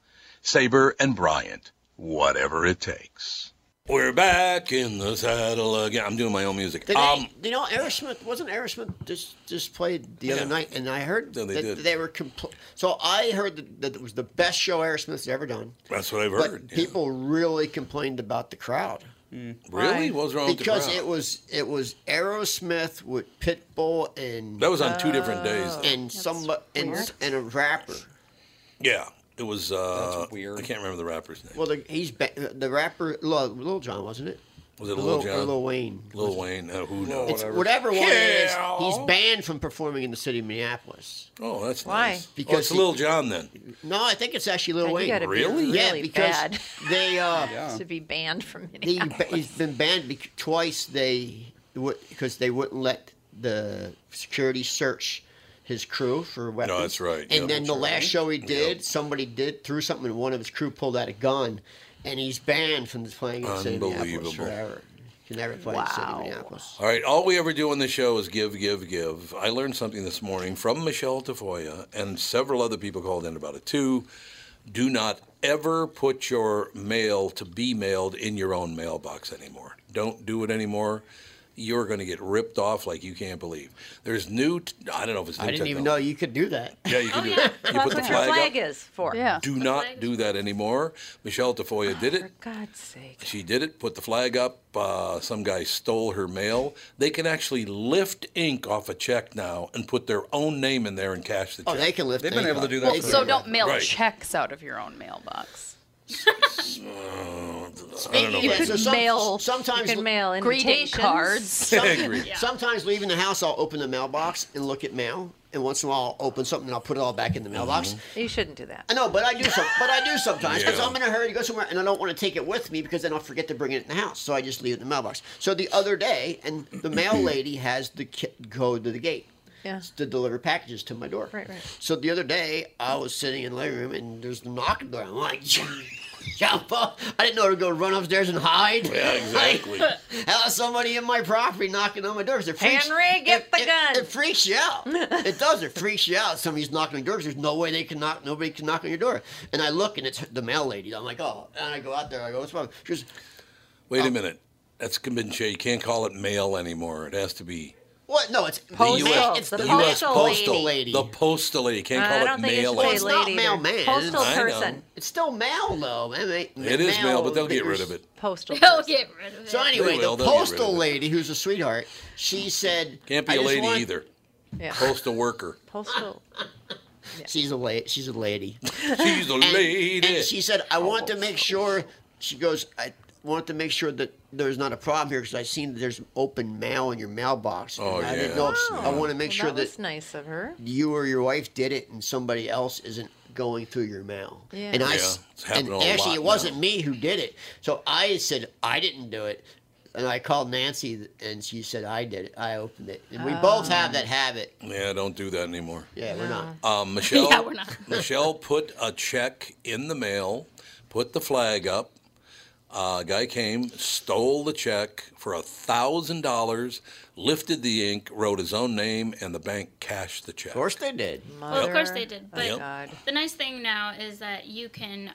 [SPEAKER 1] Sabre and Bryant, whatever it takes. We're back in the saddle again. I'm doing my own music. Um,
[SPEAKER 2] Did they, you know, Aerosmith wasn't Aerosmith just just played the
[SPEAKER 1] Yeah.
[SPEAKER 2] other night, and I heard
[SPEAKER 1] Yeah, they
[SPEAKER 2] that
[SPEAKER 1] did.
[SPEAKER 2] they were compl- so I heard that, that it was the best show Aerosmith's ever done.
[SPEAKER 1] that's what I've
[SPEAKER 2] But people really complained about the crowd.
[SPEAKER 1] Really? Why? What was wrong with Oh, the
[SPEAKER 2] because
[SPEAKER 1] crowd?
[SPEAKER 2] it was it was Aerosmith with Pitbull and
[SPEAKER 1] That was on two different days, though.
[SPEAKER 2] and some and,
[SPEAKER 1] weird.
[SPEAKER 2] and a rapper.
[SPEAKER 1] yeah, it was. Uh, weird. I can't remember the rapper's name.
[SPEAKER 2] Well, the, he's ba- the rapper Lil, Lil John, wasn't it?
[SPEAKER 1] Was it
[SPEAKER 2] Lil-
[SPEAKER 1] Lil
[SPEAKER 2] or
[SPEAKER 1] John?
[SPEAKER 2] Lil Wayne?
[SPEAKER 1] Lil Wayne. Uh, who knows?
[SPEAKER 2] It's whatever one it is. He's banned from performing in the city of Minneapolis.
[SPEAKER 1] Oh, that's
[SPEAKER 2] Why?
[SPEAKER 1] nice.
[SPEAKER 2] Because
[SPEAKER 1] Because it's
[SPEAKER 2] he-
[SPEAKER 1] Lil John then.
[SPEAKER 2] No, I think it's actually Lil
[SPEAKER 4] God, you
[SPEAKER 2] Wayne.
[SPEAKER 4] gotta be Really? really
[SPEAKER 2] yeah, because [laughs]
[SPEAKER 4] bad.
[SPEAKER 1] [laughs]
[SPEAKER 2] they uh,
[SPEAKER 4] To be banned from
[SPEAKER 2] he,
[SPEAKER 4] Minneapolis.
[SPEAKER 2] he's been banned bec- twice. They because they wouldn't let the security search his crew for weapons.
[SPEAKER 1] that's right,
[SPEAKER 2] And
[SPEAKER 1] yeah.
[SPEAKER 2] then the
[SPEAKER 1] That's
[SPEAKER 2] last
[SPEAKER 1] right.
[SPEAKER 2] show he did, somebody did threw something, and one of his crew pulled out a gun, and he's banned from playing in Minneapolis
[SPEAKER 1] Unbelievable.
[SPEAKER 2] forever. He can never play in the city of Minneapolis.
[SPEAKER 1] All right. All we ever do on this show is give, give, give. I learned something this morning from Michelle Tafoya, and several other people called in about it too. Do not ever put your mail to be mailed in your own mailbox anymore. Don't do it anymore. You're going to get ripped off like you can't believe. There's new. T- I don't know if it's new
[SPEAKER 2] I didn't even
[SPEAKER 1] technology.
[SPEAKER 2] know you could do that.
[SPEAKER 1] Yeah, you can do it. You
[SPEAKER 4] Oh, That's
[SPEAKER 1] put the
[SPEAKER 4] what your
[SPEAKER 1] flag,
[SPEAKER 4] flag
[SPEAKER 1] up.
[SPEAKER 4] is for.
[SPEAKER 1] Do not do that anymore. Michelle Tafoya did it.
[SPEAKER 4] God's sake.
[SPEAKER 1] She did it, put the flag up. Uh, some guy stole her mail. They can actually lift ink off a check now and put their own name in there and cash the check.
[SPEAKER 2] Oh, they can lift They've been ink able to off. do that
[SPEAKER 9] Well, so
[SPEAKER 2] [laughs]
[SPEAKER 9] don't mail
[SPEAKER 1] Right.
[SPEAKER 9] checks out of your own mailbox.
[SPEAKER 1] Uh, I don't know.
[SPEAKER 2] Speaking of,
[SPEAKER 1] about
[SPEAKER 2] so
[SPEAKER 1] you.
[SPEAKER 2] some-
[SPEAKER 9] mail-
[SPEAKER 2] sometimes
[SPEAKER 9] you can mail greeting
[SPEAKER 2] invitations.
[SPEAKER 9] cards.
[SPEAKER 1] Agreed. Yeah.
[SPEAKER 2] Sometimes leaving the house, I'll open the mailbox and look at mail, and once in a while, I'll open something and I'll put it all back in the mailbox.
[SPEAKER 4] You shouldn't do that.
[SPEAKER 2] I know, but I do. Some, but I do sometimes because
[SPEAKER 4] Yeah.
[SPEAKER 2] I'm in a hurry to go somewhere and I don't want to take it with me because then I'll forget to bring it in the house. So I just leave it in the mailbox. So the other day, and the mail
[SPEAKER 1] [clears throat]
[SPEAKER 2] lady has the ki- code to the gate
[SPEAKER 4] Yeah.
[SPEAKER 2] to deliver packages to my door.
[SPEAKER 4] Right, right.
[SPEAKER 2] So the other day, I was sitting in the living room and there's a knock at the door. I'm like, jump up. I didn't know to go run upstairs and hide.
[SPEAKER 1] Yeah, exactly.
[SPEAKER 2] [laughs] like, hell, somebody in my property knocking on my door. 'Cause It freaks,
[SPEAKER 4] Henry, get
[SPEAKER 2] it-
[SPEAKER 4] the
[SPEAKER 2] it-
[SPEAKER 4] gun.
[SPEAKER 2] It freaks you out. it does. It freaks you out. Somebody's knocking on your door 'cause there's no way they can knock. Nobody can knock on your door. And I look and it's the mail lady. I'm like, oh. And I go out there. I go, what's wrong? She goes, Oh.
[SPEAKER 1] Wait a minute. That's been changed. You can't call it mail anymore. It has to be
[SPEAKER 2] What? No, it's
[SPEAKER 1] Postal.
[SPEAKER 2] man, It's the, postal, lady.
[SPEAKER 1] The postal lady. Can't call it mail.
[SPEAKER 2] Well, it's not
[SPEAKER 1] either.
[SPEAKER 2] mailman.
[SPEAKER 1] I know.
[SPEAKER 2] It's still mail though. I mean,
[SPEAKER 1] It is mail, but they'll get
[SPEAKER 2] there's-
[SPEAKER 1] rid of it.
[SPEAKER 8] [laughs]
[SPEAKER 4] Postal.
[SPEAKER 8] They'll get rid of it.
[SPEAKER 2] So anyway,
[SPEAKER 1] will,
[SPEAKER 2] the
[SPEAKER 1] they'll get rid of
[SPEAKER 2] postal lady, who's a sweetheart, she said,
[SPEAKER 1] Can't be
[SPEAKER 2] "I
[SPEAKER 1] a
[SPEAKER 2] just
[SPEAKER 1] lady
[SPEAKER 2] want-"
[SPEAKER 1] either.
[SPEAKER 4] Yeah.
[SPEAKER 1] Postal
[SPEAKER 2] [laughs]
[SPEAKER 1] worker.
[SPEAKER 4] Postal.
[SPEAKER 2] She's a lady. She's a lady.
[SPEAKER 1] She's a lady. Oh.
[SPEAKER 2] And she said, I want to make sure, she goes, I want to make sure that there's not a problem here because I seen that there's open mail in your mailbox.
[SPEAKER 1] Oh,
[SPEAKER 2] And
[SPEAKER 1] yeah.
[SPEAKER 2] I didn't know if, I
[SPEAKER 1] Oh.
[SPEAKER 2] want to make
[SPEAKER 4] Well,
[SPEAKER 2] sure
[SPEAKER 4] that was
[SPEAKER 2] that
[SPEAKER 4] nice of her.
[SPEAKER 2] you or your wife did it and somebody else isn't going through your mail.
[SPEAKER 4] Yeah.
[SPEAKER 2] And I,
[SPEAKER 4] Yeah,
[SPEAKER 2] s-
[SPEAKER 1] it's
[SPEAKER 2] and
[SPEAKER 1] happening a
[SPEAKER 2] actually,
[SPEAKER 1] lot
[SPEAKER 2] it wasn't me who did it. So I said, I didn't do it. And I called Nancy and she said, I did it. I opened it. And
[SPEAKER 4] Oh.
[SPEAKER 2] we both have that habit.
[SPEAKER 1] Yeah, don't do that anymore.
[SPEAKER 2] Yeah, we're not.
[SPEAKER 1] Um, Michelle,
[SPEAKER 2] [laughs] Yeah, we're not.
[SPEAKER 1] Michelle put a check in the mail, put the flag up. Uh, a guy came, stole the check for a thousand dollars, lifted the ink, wrote his own name, and the bank cashed the check. Of course
[SPEAKER 2] they did.
[SPEAKER 8] Well, of course
[SPEAKER 2] Oh,
[SPEAKER 8] they
[SPEAKER 4] Oh,
[SPEAKER 8] did. But
[SPEAKER 1] Yep.
[SPEAKER 8] the nice thing now is that you can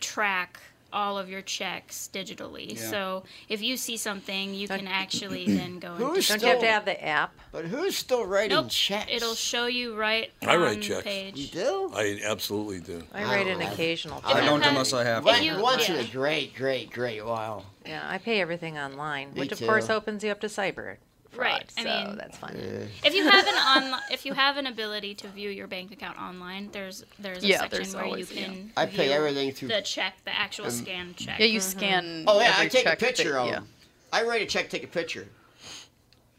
[SPEAKER 8] track all of your checks digitally.
[SPEAKER 2] Yeah.
[SPEAKER 8] So if you see something, you
[SPEAKER 2] [clears throat]
[SPEAKER 8] can actually then go. and
[SPEAKER 2] Who's
[SPEAKER 8] do-
[SPEAKER 2] Don't you have to still-
[SPEAKER 4] have the app?
[SPEAKER 2] But who's still writing
[SPEAKER 8] Nope.
[SPEAKER 2] checks?
[SPEAKER 8] It'll show you right.
[SPEAKER 1] I write
[SPEAKER 8] on the
[SPEAKER 1] checks.
[SPEAKER 8] Page.
[SPEAKER 2] You do?
[SPEAKER 1] I absolutely do.
[SPEAKER 4] I write an occasional.
[SPEAKER 1] I
[SPEAKER 4] check.
[SPEAKER 1] don't unless I have
[SPEAKER 2] Like,
[SPEAKER 1] to.
[SPEAKER 2] [laughs] once
[SPEAKER 4] Yeah.
[SPEAKER 2] in a great, great, great while.
[SPEAKER 4] Yeah, I pay everything online,
[SPEAKER 2] Me
[SPEAKER 4] which of
[SPEAKER 2] too.
[SPEAKER 4] course opens you up to cyber fraud.
[SPEAKER 8] Right, I
[SPEAKER 4] So
[SPEAKER 8] mean-
[SPEAKER 4] that's fun.
[SPEAKER 8] If you have an on, if you have an ability to view your bank account online, there's there's a
[SPEAKER 4] Yeah,
[SPEAKER 8] section
[SPEAKER 4] there's
[SPEAKER 8] where
[SPEAKER 4] always-
[SPEAKER 8] you can.
[SPEAKER 2] I pay
[SPEAKER 8] view
[SPEAKER 2] everything through-
[SPEAKER 8] the check, the actual
[SPEAKER 2] Um,
[SPEAKER 8] scan check. Mm-hmm.
[SPEAKER 9] Yeah, you scan.
[SPEAKER 2] Oh yeah, I
[SPEAKER 9] every
[SPEAKER 2] take a
[SPEAKER 9] check that-
[SPEAKER 2] picture of
[SPEAKER 9] yeah.
[SPEAKER 2] them. I write a check, take a picture.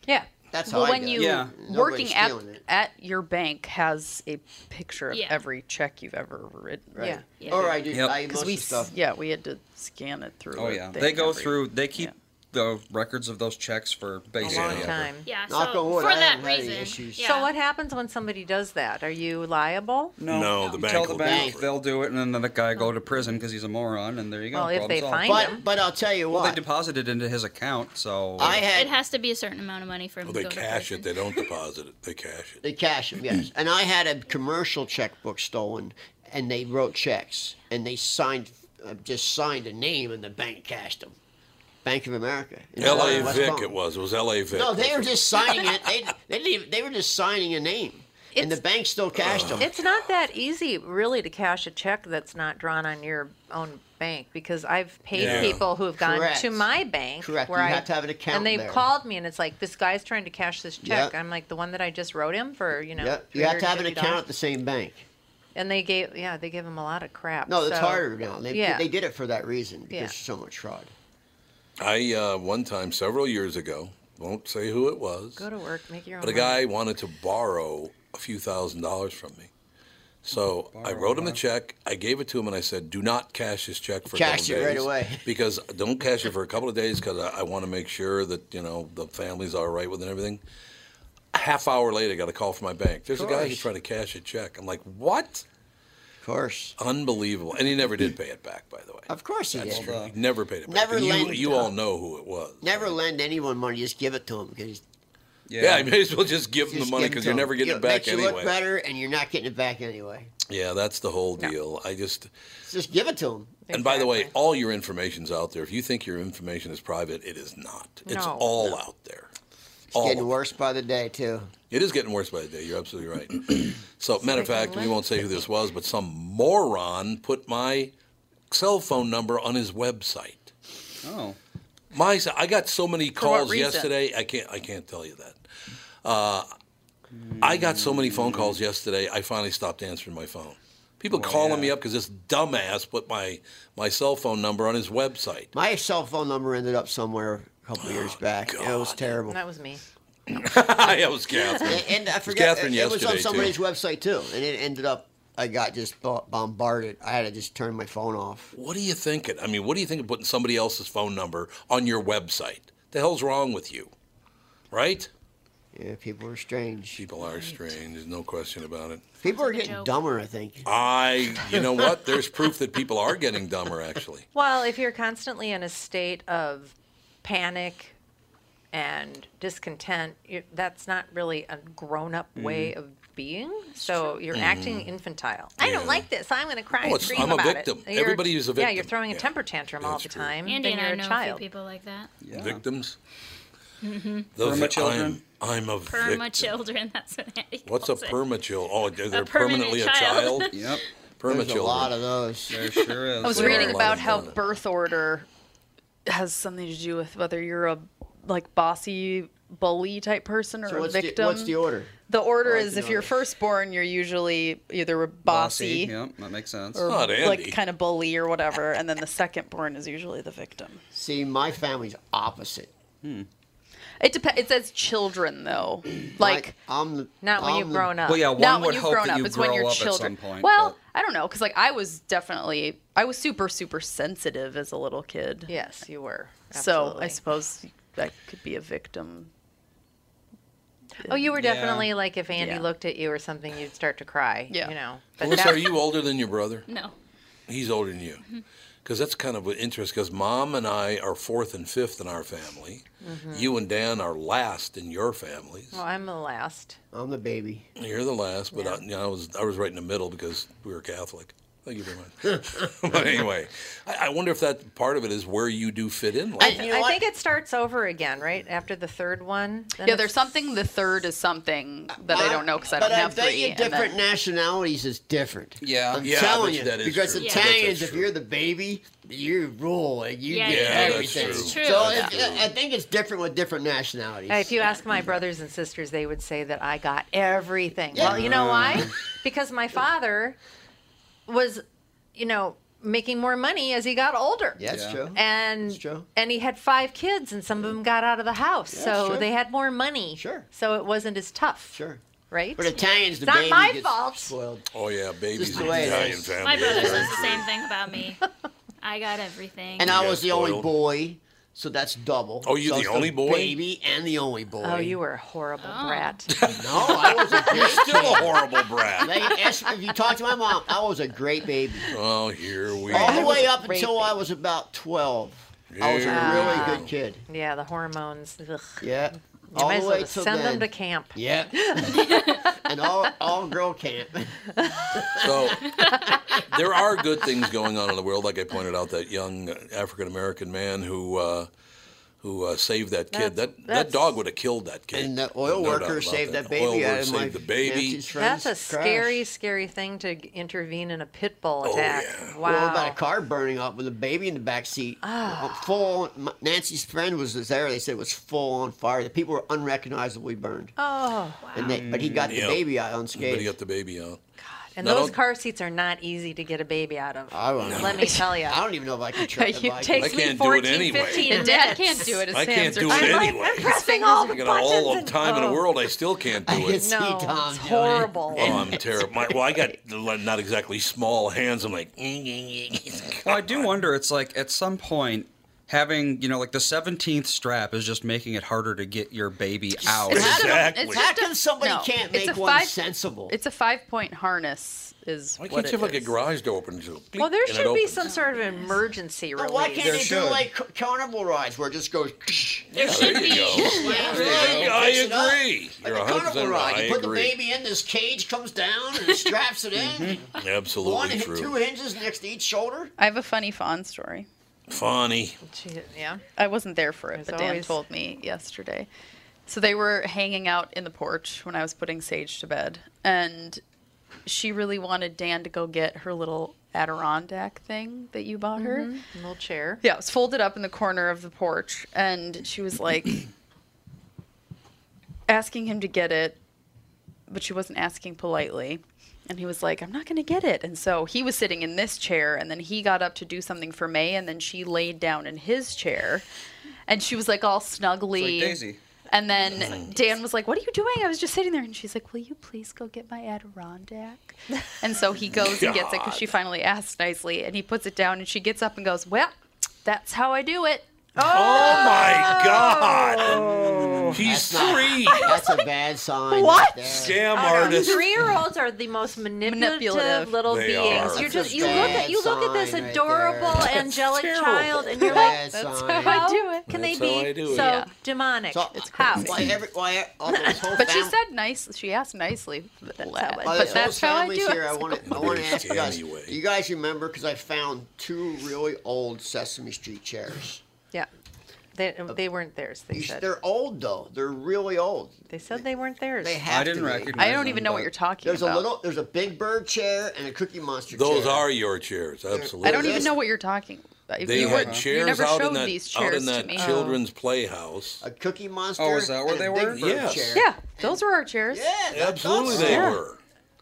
[SPEAKER 9] Yeah.
[SPEAKER 2] That's how
[SPEAKER 9] well,
[SPEAKER 2] I
[SPEAKER 9] when
[SPEAKER 2] do it.
[SPEAKER 9] you
[SPEAKER 2] Yeah. Nobody's
[SPEAKER 9] working at
[SPEAKER 2] stealing it.
[SPEAKER 9] at your bank has a picture of
[SPEAKER 2] Yeah.
[SPEAKER 9] every check you've ever written.
[SPEAKER 2] Right. Yeah. Yeah. Or I do- Yep. I
[SPEAKER 9] 'Cause
[SPEAKER 2] most
[SPEAKER 9] we,
[SPEAKER 2] of the stuff-
[SPEAKER 9] s- Yeah, we had to scan it through.
[SPEAKER 6] Oh
[SPEAKER 9] a
[SPEAKER 6] yeah,
[SPEAKER 9] thing
[SPEAKER 6] they go
[SPEAKER 9] every-
[SPEAKER 6] through. They keep the records of those checks for basically
[SPEAKER 9] long
[SPEAKER 6] ever.
[SPEAKER 9] time.
[SPEAKER 4] Yeah,
[SPEAKER 2] Knock
[SPEAKER 4] so
[SPEAKER 2] on wood,
[SPEAKER 4] for
[SPEAKER 2] I
[SPEAKER 4] that
[SPEAKER 2] haven't had any
[SPEAKER 4] reason-
[SPEAKER 2] issues.
[SPEAKER 4] So what happens when somebody does that? Are you liable?
[SPEAKER 6] No,
[SPEAKER 1] No, the
[SPEAKER 6] You
[SPEAKER 1] bank
[SPEAKER 6] Tell the
[SPEAKER 1] will
[SPEAKER 6] bank
[SPEAKER 1] do
[SPEAKER 6] they'll do it, and then the guy go to prison because he's a moron, and there you go.
[SPEAKER 4] Well, if
[SPEAKER 6] problem
[SPEAKER 4] they
[SPEAKER 6] solved.
[SPEAKER 4] find But- him.
[SPEAKER 2] but I'll tell you
[SPEAKER 6] well,
[SPEAKER 2] what.
[SPEAKER 6] they deposited into his account, so
[SPEAKER 8] it has to be a certain amount of money for him
[SPEAKER 1] Well,
[SPEAKER 8] to
[SPEAKER 1] they
[SPEAKER 8] go to
[SPEAKER 1] cash
[SPEAKER 8] prison.
[SPEAKER 1] it. They don't deposit it. They cash it. [laughs]
[SPEAKER 2] They cash them, yes. and I had a commercial checkbook stolen, and they wrote checks, and they signed, uh, just signed a name, and the bank cashed them. Bank of America. in
[SPEAKER 1] L.A.
[SPEAKER 2] West
[SPEAKER 1] Vic.
[SPEAKER 2] Palm.
[SPEAKER 1] It was. It was L.A. Vic.
[SPEAKER 2] No, they were just signing it. They, they didn't. Even, they were just signing a name, and the bank still cashed them.
[SPEAKER 4] It's not that easy, really, to cash a check that's not drawn on your own bank because I've paid
[SPEAKER 2] Yeah.
[SPEAKER 4] people who have gone
[SPEAKER 2] Correct.
[SPEAKER 4] to my bank.
[SPEAKER 2] Correct.
[SPEAKER 4] Where
[SPEAKER 2] You
[SPEAKER 4] I,
[SPEAKER 2] have to have an account
[SPEAKER 4] And they've
[SPEAKER 2] there.
[SPEAKER 4] called me and it's like, this guy's trying to cash this check.
[SPEAKER 2] Yep.
[SPEAKER 4] I'm like, the one that I just wrote him for, you know.
[SPEAKER 2] Yep. You have to have an
[SPEAKER 4] $350?
[SPEAKER 2] account at the same bank.
[SPEAKER 4] And they gave, yeah, they give him a lot of crap.
[SPEAKER 2] No, it's
[SPEAKER 4] so-
[SPEAKER 2] harder now. They,
[SPEAKER 4] yeah.
[SPEAKER 2] they did it for that reason because
[SPEAKER 4] Yeah.
[SPEAKER 2] there's so much fraud.
[SPEAKER 1] I uh, one time several years ago, won't say who it was.
[SPEAKER 4] Go to work, make
[SPEAKER 2] Oh,
[SPEAKER 4] your own.
[SPEAKER 1] But a
[SPEAKER 4] money.
[SPEAKER 1] guy wanted to borrow a few thousand dollars from me. So I wrote him a check. I gave it to him, and I said, "Do not cash this check for
[SPEAKER 2] Cash
[SPEAKER 1] a couple
[SPEAKER 2] it right
[SPEAKER 1] days
[SPEAKER 2] away.
[SPEAKER 1] [laughs] because don't cash it for a couple of days because I, I want to make sure that you know the family's all right with it and everything." A half hour later, I got a call from my bank. There's a guy who's
[SPEAKER 2] course.
[SPEAKER 1] trying to cash a check. I'm like, "What?"
[SPEAKER 2] Of course.
[SPEAKER 1] Unbelievable. And he never did pay it back, by the way.
[SPEAKER 2] Of course he
[SPEAKER 1] That's
[SPEAKER 2] did.
[SPEAKER 1] true. He never paid it back.
[SPEAKER 2] Never
[SPEAKER 1] And you,
[SPEAKER 2] lend-
[SPEAKER 1] you all know who it was.
[SPEAKER 2] Never lend anyone money. Just give it to them because
[SPEAKER 1] Yeah. I may as well just give them the money because you're never getting it back
[SPEAKER 2] makes
[SPEAKER 1] anyway.
[SPEAKER 2] You look better, and you're not getting it back anyway.
[SPEAKER 1] Yeah, that's the whole deal. I just
[SPEAKER 2] Just give it to them.
[SPEAKER 1] and by the way, all your information's out there. If you think your information is private, it is not. It's
[SPEAKER 2] No.
[SPEAKER 1] all out there.
[SPEAKER 2] It's
[SPEAKER 1] All
[SPEAKER 2] getting
[SPEAKER 1] of
[SPEAKER 2] worse by the day too.
[SPEAKER 1] it. it is getting worse by the day. You're absolutely
[SPEAKER 2] [clears throat]
[SPEAKER 1] right. so, matter of
[SPEAKER 2] like a
[SPEAKER 1] fact, we won't say who this was, but some moron put my cell phone number on his website.
[SPEAKER 6] Oh.
[SPEAKER 1] My, I got so many
[SPEAKER 6] For what
[SPEAKER 1] calls
[SPEAKER 6] reason?
[SPEAKER 1] yesterday. I can't. I can't tell you that. Uh, I got so many phone calls yesterday. I finally stopped answering my phone.
[SPEAKER 6] Oh,
[SPEAKER 1] People calling me up because this dumbass put my my cell phone number on his
[SPEAKER 6] [laughs]
[SPEAKER 1] website.
[SPEAKER 2] My cell phone number ended up somewhere a couple years
[SPEAKER 1] Oh,
[SPEAKER 2] back. It was terrible.
[SPEAKER 4] That was me.
[SPEAKER 1] it was Catherine.
[SPEAKER 2] And, and I
[SPEAKER 1] It was
[SPEAKER 2] forgot
[SPEAKER 1] Catherine
[SPEAKER 2] it, it was
[SPEAKER 1] yesterday,
[SPEAKER 2] on
[SPEAKER 1] too.
[SPEAKER 2] somebody's website too, and it ended up. I got just bo- bombarded. I had to just turn my phone off.
[SPEAKER 1] What are you thinking? I mean, what do you think of putting somebody else's phone number on your website? The hell's wrong with you, right?
[SPEAKER 2] Yeah, people are strange.
[SPEAKER 1] People are strange. There's no question about it.
[SPEAKER 2] People are getting dumber. I think.
[SPEAKER 1] I, you know what? There's proof that people are getting dumber. Actually,
[SPEAKER 4] Well, if you're constantly in a state of panic and discontent, you that's not really a grown up way
[SPEAKER 1] Mhm.
[SPEAKER 4] of being. So you're acting
[SPEAKER 1] Mhm.
[SPEAKER 4] infantile. I don't like this. I'm going to cry
[SPEAKER 1] Oh,
[SPEAKER 4] and
[SPEAKER 1] it's-
[SPEAKER 4] scream
[SPEAKER 1] I'm a
[SPEAKER 4] about
[SPEAKER 1] victim.
[SPEAKER 4] it. You're-
[SPEAKER 1] Everybody is a
[SPEAKER 4] Yeah, you're
[SPEAKER 1] victim.
[SPEAKER 4] throwing a temper tantrum all the time.
[SPEAKER 8] Andy
[SPEAKER 4] then
[SPEAKER 8] and
[SPEAKER 4] you're
[SPEAKER 8] I
[SPEAKER 4] a
[SPEAKER 8] know a
[SPEAKER 4] child.
[SPEAKER 8] few people like that.
[SPEAKER 1] victims.
[SPEAKER 11] Mm-hmm.
[SPEAKER 6] Permachildren?
[SPEAKER 1] I'm, I'm a victim.
[SPEAKER 11] Perma children. That's what Andy
[SPEAKER 8] [laughs]
[SPEAKER 1] What's a
[SPEAKER 11] calls it.
[SPEAKER 1] permachild? Oh, they're
[SPEAKER 11] permanent
[SPEAKER 1] permanently
[SPEAKER 11] child.
[SPEAKER 1] a child.
[SPEAKER 6] Yep.
[SPEAKER 1] Permachild.
[SPEAKER 2] [laughs] There's a lot of those.
[SPEAKER 6] There sure
[SPEAKER 1] is.
[SPEAKER 8] [laughs] I was reading about how birth order has something to do with whether you're a like bossy bully type person or
[SPEAKER 2] So
[SPEAKER 8] a
[SPEAKER 2] what's, the,
[SPEAKER 8] victim.
[SPEAKER 2] what's the order? Oh,
[SPEAKER 8] The order
[SPEAKER 2] Well,
[SPEAKER 8] is
[SPEAKER 2] you
[SPEAKER 8] if
[SPEAKER 2] know,
[SPEAKER 8] you're firstborn, you're usually either a bossy,
[SPEAKER 6] Yep, that makes sense.
[SPEAKER 8] or like kind of bully or whatever, and then the secondborn is usually the victim.
[SPEAKER 2] See, my family's opposite.
[SPEAKER 8] It depends. It says children though, like
[SPEAKER 2] I'm
[SPEAKER 8] not
[SPEAKER 2] when I'm
[SPEAKER 1] Um,
[SPEAKER 2] you've the- grown up.
[SPEAKER 6] Well, yeah,
[SPEAKER 8] not
[SPEAKER 6] one
[SPEAKER 8] when
[SPEAKER 6] would
[SPEAKER 8] you've
[SPEAKER 6] hope
[SPEAKER 8] grown
[SPEAKER 6] that
[SPEAKER 8] up.
[SPEAKER 6] you
[SPEAKER 8] it's when
[SPEAKER 6] grow
[SPEAKER 8] you're
[SPEAKER 6] up at some
[SPEAKER 8] children.
[SPEAKER 6] point,
[SPEAKER 8] well, I don't know, because like I was definitely I was super super sensitive as a little kid.
[SPEAKER 4] Yes, you were.
[SPEAKER 8] So I
[SPEAKER 4] Absolutely.
[SPEAKER 8] suppose that could be a victim.
[SPEAKER 4] Oh, you were
[SPEAKER 8] Yeah.
[SPEAKER 4] definitely like if Andy
[SPEAKER 8] Yeah.
[SPEAKER 4] looked at you or something, you'd start to cry.
[SPEAKER 8] Yeah.
[SPEAKER 4] You know. [laughs]
[SPEAKER 1] Melissa, are you older than your brother?
[SPEAKER 11] No.
[SPEAKER 1] He's older than you. Because that's kind of interesting. Because mom and I are fourth and fifth in our family.
[SPEAKER 4] Mhm.
[SPEAKER 1] You and Dan are last in your family.
[SPEAKER 4] Well, I'm the last.
[SPEAKER 2] I'm the baby.
[SPEAKER 1] You're the last, but I, you know, I was I was right in the middle because we were Catholic. Thank you very much. [laughs] but anyway, I, I wonder if that part of it is where you do fit in.
[SPEAKER 4] I,
[SPEAKER 1] Like,
[SPEAKER 4] th- I think it starts over again, right after the third one. then
[SPEAKER 8] yeah,
[SPEAKER 4] it's-
[SPEAKER 8] there's something. The third is something that I don't know because I
[SPEAKER 2] but
[SPEAKER 8] don't
[SPEAKER 2] I
[SPEAKER 8] have
[SPEAKER 2] bet
[SPEAKER 8] three.
[SPEAKER 2] you different nationalities is different.
[SPEAKER 6] Yeah,
[SPEAKER 2] I'm
[SPEAKER 1] Yeah, I
[SPEAKER 2] telling
[SPEAKER 1] bet
[SPEAKER 2] you,
[SPEAKER 1] you that is
[SPEAKER 2] because
[SPEAKER 1] true. Yeah.
[SPEAKER 2] Italians,
[SPEAKER 1] That's
[SPEAKER 2] if you're the baby, you rule and you
[SPEAKER 4] Yeah,
[SPEAKER 2] get
[SPEAKER 4] yeah, that's
[SPEAKER 2] everything.
[SPEAKER 4] true. It's true.
[SPEAKER 2] So
[SPEAKER 4] That's
[SPEAKER 2] it- I think it's different with different nationalities.
[SPEAKER 4] If you ask my brothers and sisters, they would say that I got everything. Well, you know why? Because my father was, you know, making more money as he got older.
[SPEAKER 2] Yeah, that's Yeah. true.
[SPEAKER 4] And and he had five kids, and some of them got out of the house,
[SPEAKER 2] Yeah,
[SPEAKER 4] so
[SPEAKER 2] sure.
[SPEAKER 4] they had more money. Sure. So it wasn't as tough.
[SPEAKER 2] Sure.
[SPEAKER 4] Right.
[SPEAKER 2] But Italians, the
[SPEAKER 4] it's not
[SPEAKER 2] baby
[SPEAKER 4] my
[SPEAKER 2] gets
[SPEAKER 4] fault.
[SPEAKER 2] spoiled.
[SPEAKER 1] oh yeah, babies
[SPEAKER 2] Just
[SPEAKER 1] in
[SPEAKER 2] the way it
[SPEAKER 1] Italian
[SPEAKER 2] is.
[SPEAKER 1] family.
[SPEAKER 11] My brother
[SPEAKER 1] Very
[SPEAKER 11] says the
[SPEAKER 1] true.
[SPEAKER 11] same thing about me. I got everything.
[SPEAKER 2] And I was the only
[SPEAKER 1] spoiled.
[SPEAKER 2] boy, so that's double.
[SPEAKER 1] Oh, you're
[SPEAKER 2] So
[SPEAKER 1] the
[SPEAKER 2] it's
[SPEAKER 1] only boy?
[SPEAKER 2] baby, and the only boy.
[SPEAKER 4] Oh, you were a horrible brat.
[SPEAKER 1] You're still a horrible brat.
[SPEAKER 2] They asked- if you talk to my mom, I was a great baby.
[SPEAKER 1] Oh, here we
[SPEAKER 2] All
[SPEAKER 1] go.
[SPEAKER 2] the way up until I was about 12. I was
[SPEAKER 1] Here
[SPEAKER 2] a
[SPEAKER 1] we
[SPEAKER 2] really
[SPEAKER 1] go.
[SPEAKER 2] good kid.
[SPEAKER 4] Yeah, the hormones. Ugh.
[SPEAKER 2] Yeah.
[SPEAKER 4] You
[SPEAKER 2] All
[SPEAKER 4] might
[SPEAKER 2] the
[SPEAKER 4] as
[SPEAKER 2] way
[SPEAKER 4] well
[SPEAKER 2] till
[SPEAKER 4] send them
[SPEAKER 2] then.
[SPEAKER 4] to camp.
[SPEAKER 2] Yep.
[SPEAKER 4] [laughs]
[SPEAKER 2] and all all
[SPEAKER 1] [laughs]
[SPEAKER 2] girl camp.
[SPEAKER 1] So
[SPEAKER 2] [laughs]
[SPEAKER 1] there are good things going on in the world. Like I pointed out, that young African American man who uh, who uh, saved that kid.
[SPEAKER 4] That's-
[SPEAKER 1] that that
[SPEAKER 4] that's-
[SPEAKER 1] dog would have killed that kid.
[SPEAKER 2] And the oil
[SPEAKER 1] No doubt
[SPEAKER 2] worker
[SPEAKER 1] about
[SPEAKER 2] saved that
[SPEAKER 1] Oil
[SPEAKER 2] baby out
[SPEAKER 1] worker
[SPEAKER 2] of my
[SPEAKER 1] saved the baby.
[SPEAKER 2] Nancy's
[SPEAKER 4] That's a
[SPEAKER 2] friend's crash.
[SPEAKER 4] scary, scary thing to g- intervene in a pit bull
[SPEAKER 1] Oh,
[SPEAKER 4] attack. Wow.
[SPEAKER 2] Well, about a car burning up with a baby in the back seat.
[SPEAKER 8] Ah.
[SPEAKER 2] Uh, Full. my- Nancy's friend was there. They said it was full on fire. The people were unrecognizably burned.
[SPEAKER 4] Oh,
[SPEAKER 2] And they, but he got the
[SPEAKER 1] Yeah.
[SPEAKER 2] baby out
[SPEAKER 1] But he
[SPEAKER 2] unscathed.
[SPEAKER 1] got the baby out.
[SPEAKER 4] and
[SPEAKER 1] not
[SPEAKER 4] those
[SPEAKER 1] on-
[SPEAKER 4] car seats are not easy to get a baby out of.
[SPEAKER 2] I don't know.
[SPEAKER 1] [laughs]
[SPEAKER 4] Let me tell you.
[SPEAKER 2] I don't even know if I
[SPEAKER 8] [laughs]
[SPEAKER 2] could try.
[SPEAKER 4] You
[SPEAKER 2] if I
[SPEAKER 4] take
[SPEAKER 1] I [laughs]
[SPEAKER 2] could.
[SPEAKER 1] can't do it anyway.
[SPEAKER 8] And Dad can't do it. His
[SPEAKER 1] I can't
[SPEAKER 8] hands are
[SPEAKER 1] do
[SPEAKER 8] too-
[SPEAKER 1] it anyway.
[SPEAKER 4] pressing all
[SPEAKER 1] I
[SPEAKER 4] the
[SPEAKER 1] got all the
[SPEAKER 4] buttons.
[SPEAKER 1] time in
[SPEAKER 4] oh.
[SPEAKER 1] the world. I still can't do
[SPEAKER 2] I can
[SPEAKER 1] it.
[SPEAKER 2] see Tom
[SPEAKER 4] it's
[SPEAKER 2] doing
[SPEAKER 1] [laughs]
[SPEAKER 2] it.
[SPEAKER 4] horrible.
[SPEAKER 1] Oh, I'm terrible. My, well, I [laughs] got not exactly small hands. I'm like, "Mm, [laughs]
[SPEAKER 6] Well, I do wonder. It's like at some point. Having you know, like the seventeenth strap is just making it harder to get your baby out.
[SPEAKER 8] It's not a-
[SPEAKER 1] Exactly.
[SPEAKER 8] it's
[SPEAKER 2] How
[SPEAKER 8] just a-
[SPEAKER 2] come somebody
[SPEAKER 8] no,
[SPEAKER 2] can't
[SPEAKER 8] it's
[SPEAKER 2] make
[SPEAKER 8] a
[SPEAKER 2] one
[SPEAKER 8] five-
[SPEAKER 2] sensible?
[SPEAKER 8] It's a five point harness, is
[SPEAKER 1] why
[SPEAKER 8] what
[SPEAKER 1] can't you
[SPEAKER 8] it
[SPEAKER 1] have like a
[SPEAKER 8] is.
[SPEAKER 1] garage door open? To
[SPEAKER 4] Well, there should be some sort of emergency
[SPEAKER 1] Oh,
[SPEAKER 4] relief.
[SPEAKER 2] Why can't
[SPEAKER 6] There
[SPEAKER 2] they do
[SPEAKER 6] should.
[SPEAKER 2] like c- carnival rides where it just goes? [laughs]
[SPEAKER 1] Yeah, there you go.
[SPEAKER 2] There you go.
[SPEAKER 1] I
[SPEAKER 2] Fix it up.
[SPEAKER 1] agree. You're 100
[SPEAKER 2] Like a carnival
[SPEAKER 1] percent
[SPEAKER 2] ride.
[SPEAKER 1] right.
[SPEAKER 2] you
[SPEAKER 1] I Mm-hmm.
[SPEAKER 2] put the
[SPEAKER 1] agree.
[SPEAKER 2] baby in, this cage comes down
[SPEAKER 1] [laughs]
[SPEAKER 2] and straps it in. One,
[SPEAKER 1] Absolutely
[SPEAKER 2] hit two
[SPEAKER 1] true.
[SPEAKER 2] hinges next to each shoulder.
[SPEAKER 8] I have a funny fawn story.
[SPEAKER 1] Funny.
[SPEAKER 4] Gee, Yeah.
[SPEAKER 8] I wasn't there for it,
[SPEAKER 4] There's
[SPEAKER 8] but Dan
[SPEAKER 4] always-
[SPEAKER 8] told me yesterday. So they were hanging out in the porch when I was putting Sage to bed, and she really wanted Dan to go get her little Adirondack thing that you bought her.
[SPEAKER 4] Mhm. An old chair.
[SPEAKER 8] [laughs] Yeah, it was folded up in the corner of the porch, and she was like [clears throat] asking him to get it, but she wasn't asking politely. And he was like, I'm not going to get it. And so he was sitting in this chair, and then he got up to do something for May, and then she laid down in his chair, and she was like all
[SPEAKER 6] It's
[SPEAKER 8] snuggly.
[SPEAKER 6] like Daisy.
[SPEAKER 8] And then Dan was like, What are you doing? I was just sitting there. And she's like, Will you please go get
[SPEAKER 2] [laughs]
[SPEAKER 8] my Adirondack? And so he goes and gets it because she finally asked nicely. And he puts it down and she gets up and goes, Well, that's how I do it.
[SPEAKER 1] Oh
[SPEAKER 8] [laughs]
[SPEAKER 1] my God. He's three.
[SPEAKER 2] That's a bad sign.
[SPEAKER 8] What?
[SPEAKER 2] There.
[SPEAKER 1] Scam
[SPEAKER 4] I don't know.
[SPEAKER 1] artist.
[SPEAKER 4] Three-year-olds are the most manipulative,
[SPEAKER 8] Manipulative.
[SPEAKER 4] little
[SPEAKER 1] They
[SPEAKER 4] beings.
[SPEAKER 1] are.
[SPEAKER 4] You're
[SPEAKER 2] That's
[SPEAKER 4] just
[SPEAKER 2] a
[SPEAKER 4] you look at you look at this
[SPEAKER 2] bad sign right
[SPEAKER 4] adorable
[SPEAKER 2] there.
[SPEAKER 4] angelic child, and you're like,
[SPEAKER 2] Bad
[SPEAKER 8] That's
[SPEAKER 2] sign.
[SPEAKER 8] how I
[SPEAKER 4] how
[SPEAKER 8] do it.
[SPEAKER 4] Can
[SPEAKER 1] That's
[SPEAKER 4] they
[SPEAKER 1] how I
[SPEAKER 4] be
[SPEAKER 1] do it.
[SPEAKER 4] so
[SPEAKER 8] Yeah.
[SPEAKER 4] demonic?
[SPEAKER 2] So,
[SPEAKER 4] it's how.
[SPEAKER 2] Why every, why [laughs] all this whole
[SPEAKER 8] But she
[SPEAKER 2] fam-
[SPEAKER 8] said nice. She asked nicely. But that's how I,
[SPEAKER 2] While
[SPEAKER 8] but
[SPEAKER 2] this whole
[SPEAKER 8] that's how I
[SPEAKER 2] family's
[SPEAKER 8] do
[SPEAKER 2] here, I
[SPEAKER 8] it.
[SPEAKER 2] want to I want to
[SPEAKER 1] Very
[SPEAKER 2] ask you guys.
[SPEAKER 1] scammy way.
[SPEAKER 2] Do you guys remember? Because I found two really old Sesame Street chairs.
[SPEAKER 4] Yeah. They, um, they weren't theirs. They said
[SPEAKER 2] They're old though. They're really old.
[SPEAKER 4] they said they weren't theirs.
[SPEAKER 2] They have to be. There's a little. There's a Big Bird chair and a Cookie Monster
[SPEAKER 1] Those
[SPEAKER 2] chair.
[SPEAKER 1] are your chairs, absolutely.
[SPEAKER 9] I don't even know what you're talking.
[SPEAKER 8] uh,
[SPEAKER 9] If
[SPEAKER 1] They
[SPEAKER 9] you
[SPEAKER 1] had
[SPEAKER 9] were- you
[SPEAKER 1] chairs
[SPEAKER 9] never
[SPEAKER 1] out in
[SPEAKER 9] showed
[SPEAKER 1] that
[SPEAKER 9] these
[SPEAKER 1] out
[SPEAKER 9] chairs
[SPEAKER 1] in
[SPEAKER 9] to
[SPEAKER 1] that
[SPEAKER 9] me.
[SPEAKER 1] children's playhouse.
[SPEAKER 2] A Cookie Monster.
[SPEAKER 1] Oh, is that where
[SPEAKER 2] and a
[SPEAKER 1] they
[SPEAKER 2] Big
[SPEAKER 1] were?
[SPEAKER 2] Bird
[SPEAKER 1] Yes.
[SPEAKER 2] chair.
[SPEAKER 9] Yeah, those were our chairs.
[SPEAKER 2] Yeah,
[SPEAKER 1] Absolutely, they
[SPEAKER 2] Yeah.
[SPEAKER 1] were.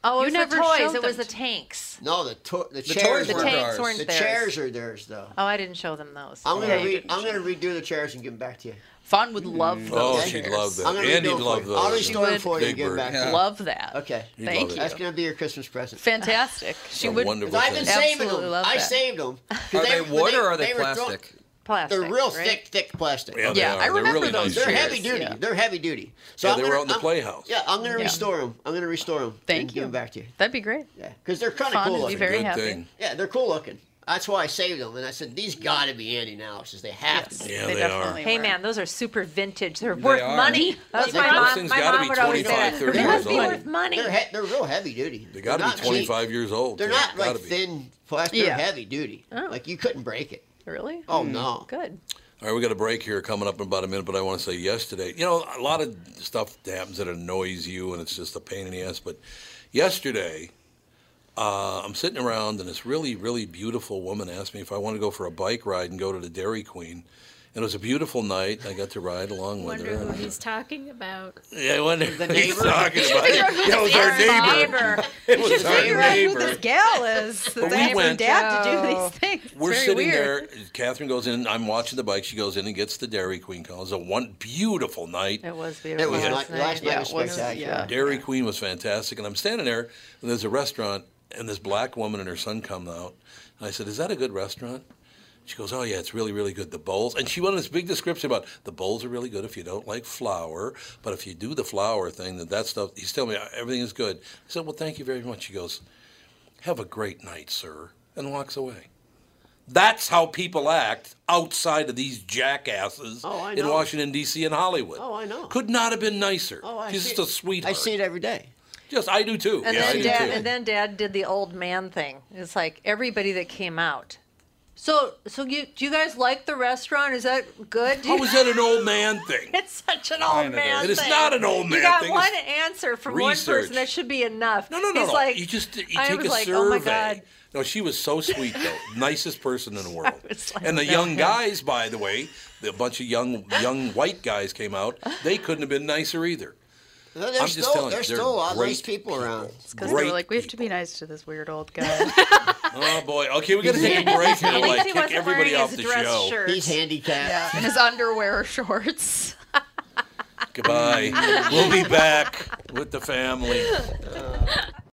[SPEAKER 9] Oh, it
[SPEAKER 4] you
[SPEAKER 9] was the
[SPEAKER 4] never
[SPEAKER 9] toys,
[SPEAKER 4] showed
[SPEAKER 9] it was
[SPEAKER 4] them the tanks.
[SPEAKER 2] No, the to-
[SPEAKER 4] The
[SPEAKER 2] the, chairs.
[SPEAKER 4] toys The
[SPEAKER 2] were
[SPEAKER 4] weren't tanks ours. weren't
[SPEAKER 2] The
[SPEAKER 4] theirs.
[SPEAKER 2] chairs are theirs though.
[SPEAKER 4] Oh, I didn't show them those.
[SPEAKER 2] I'm gonna
[SPEAKER 4] Okay.
[SPEAKER 2] re- I'm gonna redo the chairs and give them back to you.
[SPEAKER 9] Fawn would love
[SPEAKER 1] Mm. those Oh, she'd chairs. love that.
[SPEAKER 2] I'm gonna
[SPEAKER 1] And
[SPEAKER 2] redo
[SPEAKER 1] he'd
[SPEAKER 2] it for
[SPEAKER 1] love
[SPEAKER 2] you. I'll
[SPEAKER 1] those.
[SPEAKER 2] restore
[SPEAKER 1] She
[SPEAKER 2] them for
[SPEAKER 1] would.
[SPEAKER 2] you and give them
[SPEAKER 1] Big
[SPEAKER 2] back.
[SPEAKER 1] Bird.
[SPEAKER 2] to you.
[SPEAKER 9] Love that.
[SPEAKER 2] Okay.
[SPEAKER 9] He'd Thank love it. you.
[SPEAKER 2] That's gonna be your Christmas present.
[SPEAKER 9] Fantastic. She
[SPEAKER 2] A
[SPEAKER 9] would.
[SPEAKER 2] wonderful I've been thing. saving
[SPEAKER 9] Absolutely
[SPEAKER 2] them.
[SPEAKER 9] love
[SPEAKER 2] I
[SPEAKER 9] that.
[SPEAKER 2] saved them.
[SPEAKER 6] Are
[SPEAKER 2] they-
[SPEAKER 6] they
[SPEAKER 2] when
[SPEAKER 6] wood
[SPEAKER 2] they-
[SPEAKER 6] or are they
[SPEAKER 2] they were thrown-
[SPEAKER 6] plastic?
[SPEAKER 4] Plastic.
[SPEAKER 2] They're real
[SPEAKER 4] right?
[SPEAKER 2] thick, thick plastic.
[SPEAKER 1] Yeah, they Yeah, are. I They're remember really those nice
[SPEAKER 2] They're
[SPEAKER 1] chairs.
[SPEAKER 2] heavy duty.
[SPEAKER 1] Yeah.
[SPEAKER 2] They're heavy duty.
[SPEAKER 1] Yeah, they were
[SPEAKER 2] gonna-
[SPEAKER 1] out in the playhouse.
[SPEAKER 2] Yeah, I'm gonna
[SPEAKER 1] Yeah.
[SPEAKER 2] restore them. I'm gonna restore them.
[SPEAKER 9] Thank
[SPEAKER 2] and Give
[SPEAKER 9] you.
[SPEAKER 2] them back to you.
[SPEAKER 9] That'd be great.
[SPEAKER 2] Yeah, because they're kind of
[SPEAKER 9] Fawn
[SPEAKER 2] cool.
[SPEAKER 9] would be
[SPEAKER 2] looking.
[SPEAKER 9] very Good happy. thing.
[SPEAKER 2] Yeah, they're cool looking. That's why I saved them, and I said these got to be Andy Nalex's. They have to. be.
[SPEAKER 1] Yeah, They they are. definitely
[SPEAKER 4] Hey man, those are super vintage. They're
[SPEAKER 2] They
[SPEAKER 4] worth
[SPEAKER 2] are.
[SPEAKER 4] money. That's
[SPEAKER 2] They
[SPEAKER 4] my
[SPEAKER 2] are.
[SPEAKER 4] mom.
[SPEAKER 1] Things
[SPEAKER 4] My
[SPEAKER 1] gotta
[SPEAKER 4] mom
[SPEAKER 1] be
[SPEAKER 4] would always say
[SPEAKER 1] 25,
[SPEAKER 4] that.
[SPEAKER 1] 30
[SPEAKER 4] They
[SPEAKER 1] years
[SPEAKER 4] must be
[SPEAKER 1] old.
[SPEAKER 4] worth money.
[SPEAKER 2] They're, he- they're real heavy duty.
[SPEAKER 1] They got to
[SPEAKER 2] They're
[SPEAKER 1] be
[SPEAKER 2] not cheap.
[SPEAKER 1] 25 years old.
[SPEAKER 2] They're
[SPEAKER 1] too.
[SPEAKER 2] not like
[SPEAKER 1] Gotta be.
[SPEAKER 2] thin plastic. They're
[SPEAKER 9] Yeah.
[SPEAKER 2] heavy duty. Like you couldn't break it.
[SPEAKER 9] Really?
[SPEAKER 2] Oh no.
[SPEAKER 9] Good.
[SPEAKER 1] All right, we got a break here coming up in about a minute, but I want to say yesterday, you know, a lot of stuff that happens that annoys you and it's just a pain in the ass. But yesterday, uh, I'm sitting around and this really, really beautiful woman asked me if I want to go for a bike ride and go to the Dairy Queen. And it was a beautiful night. I got to ride along with
[SPEAKER 8] Wonder
[SPEAKER 1] her.
[SPEAKER 8] who he's
[SPEAKER 9] [laughs]
[SPEAKER 8] talking about.
[SPEAKER 1] Yeah, I wonder
[SPEAKER 8] The
[SPEAKER 1] who he's
[SPEAKER 2] [laughs]
[SPEAKER 8] neighbor?
[SPEAKER 1] talking about.
[SPEAKER 8] Figure out who
[SPEAKER 1] That was
[SPEAKER 8] this
[SPEAKER 1] our
[SPEAKER 8] is.
[SPEAKER 1] neighbor.
[SPEAKER 8] Neighbor.
[SPEAKER 1] [laughs] It was our
[SPEAKER 9] Figure out who
[SPEAKER 1] neighbor.
[SPEAKER 9] this gal is.
[SPEAKER 1] But
[SPEAKER 9] That
[SPEAKER 1] we
[SPEAKER 9] I have her
[SPEAKER 1] went-
[SPEAKER 9] dad to do
[SPEAKER 4] No.
[SPEAKER 9] these things. It's
[SPEAKER 1] Oh. We're
[SPEAKER 9] very
[SPEAKER 1] sitting
[SPEAKER 9] weird.
[SPEAKER 1] there. Catherine goes in. I'm watching the bike. She goes in and gets the Dairy Queen call. It was a one beautiful night.
[SPEAKER 4] It was
[SPEAKER 2] beautiful was last night. last night was spectacular. Yeah.
[SPEAKER 1] Dairy Queen was fantastic. And I'm standing there, and there's a restaurant, and this black woman and her son come out. And I said, Is that a good restaurant? She goes, Oh, yeah, it's really, really good. The bowls. And she went on this big description about the bowls are really good if you don't like flour. But if you do the flour thing, then that stuff, he's telling me "Uh, everything is good. I said, Well, thank you very much. She goes, Have a great night, sir. And walks away. That's how people act outside of these jackasses
[SPEAKER 2] Oh, I
[SPEAKER 1] in
[SPEAKER 2] know.
[SPEAKER 1] Washington, D.C. and Hollywood.
[SPEAKER 2] Oh, I know.
[SPEAKER 1] Could not have been nicer.
[SPEAKER 2] Oh, I
[SPEAKER 1] She's
[SPEAKER 2] see
[SPEAKER 1] just a
[SPEAKER 2] it.
[SPEAKER 1] sweetheart.
[SPEAKER 2] I see it every day.
[SPEAKER 1] Yes, I do too.
[SPEAKER 4] And
[SPEAKER 1] yeah, I
[SPEAKER 4] then
[SPEAKER 1] do
[SPEAKER 4] dad,
[SPEAKER 1] too.
[SPEAKER 4] and then dad did the old man thing. It's like everybody that came out. So, so you do you guys like the restaurant? Is that good? Do
[SPEAKER 1] How
[SPEAKER 4] you-
[SPEAKER 1] Oh, is that an old man
[SPEAKER 4] [laughs]
[SPEAKER 1] thing?
[SPEAKER 4] It's such an old
[SPEAKER 1] Kinda
[SPEAKER 4] man.
[SPEAKER 1] is. It is
[SPEAKER 4] thing.
[SPEAKER 1] not an old man
[SPEAKER 4] You got
[SPEAKER 1] thing.
[SPEAKER 4] one
[SPEAKER 1] It's
[SPEAKER 4] answer from one
[SPEAKER 1] research.
[SPEAKER 4] person. That should be enough.
[SPEAKER 1] No, no, no,
[SPEAKER 4] He's
[SPEAKER 1] no.
[SPEAKER 4] Like,
[SPEAKER 1] you just you
[SPEAKER 4] I
[SPEAKER 1] take
[SPEAKER 4] was
[SPEAKER 1] a
[SPEAKER 4] like,
[SPEAKER 1] survey.
[SPEAKER 4] oh my god.
[SPEAKER 1] No, she was so sweet
[SPEAKER 4] [laughs]
[SPEAKER 1] though, nicest person in the world.
[SPEAKER 4] like,
[SPEAKER 1] and the
[SPEAKER 4] no.
[SPEAKER 1] young guys, by the way, the bunch of young young white guys came out. They couldn't have been nicer either.
[SPEAKER 2] There's
[SPEAKER 1] I'm just
[SPEAKER 2] still,
[SPEAKER 1] telling you,
[SPEAKER 2] there's
[SPEAKER 1] they're
[SPEAKER 2] still a lot of
[SPEAKER 1] great
[SPEAKER 2] nice people around.
[SPEAKER 9] Because they were
[SPEAKER 1] Great
[SPEAKER 9] like, we have to be nice to this weird old guy. [laughs]
[SPEAKER 1] Oh boy. Okay, we got to take a break here. Like kick everybody off the show.
[SPEAKER 2] He's handicapped.
[SPEAKER 9] yeah, in his underwear or shorts.
[SPEAKER 4] [laughs]
[SPEAKER 1] Goodbye. we'll be back with the family.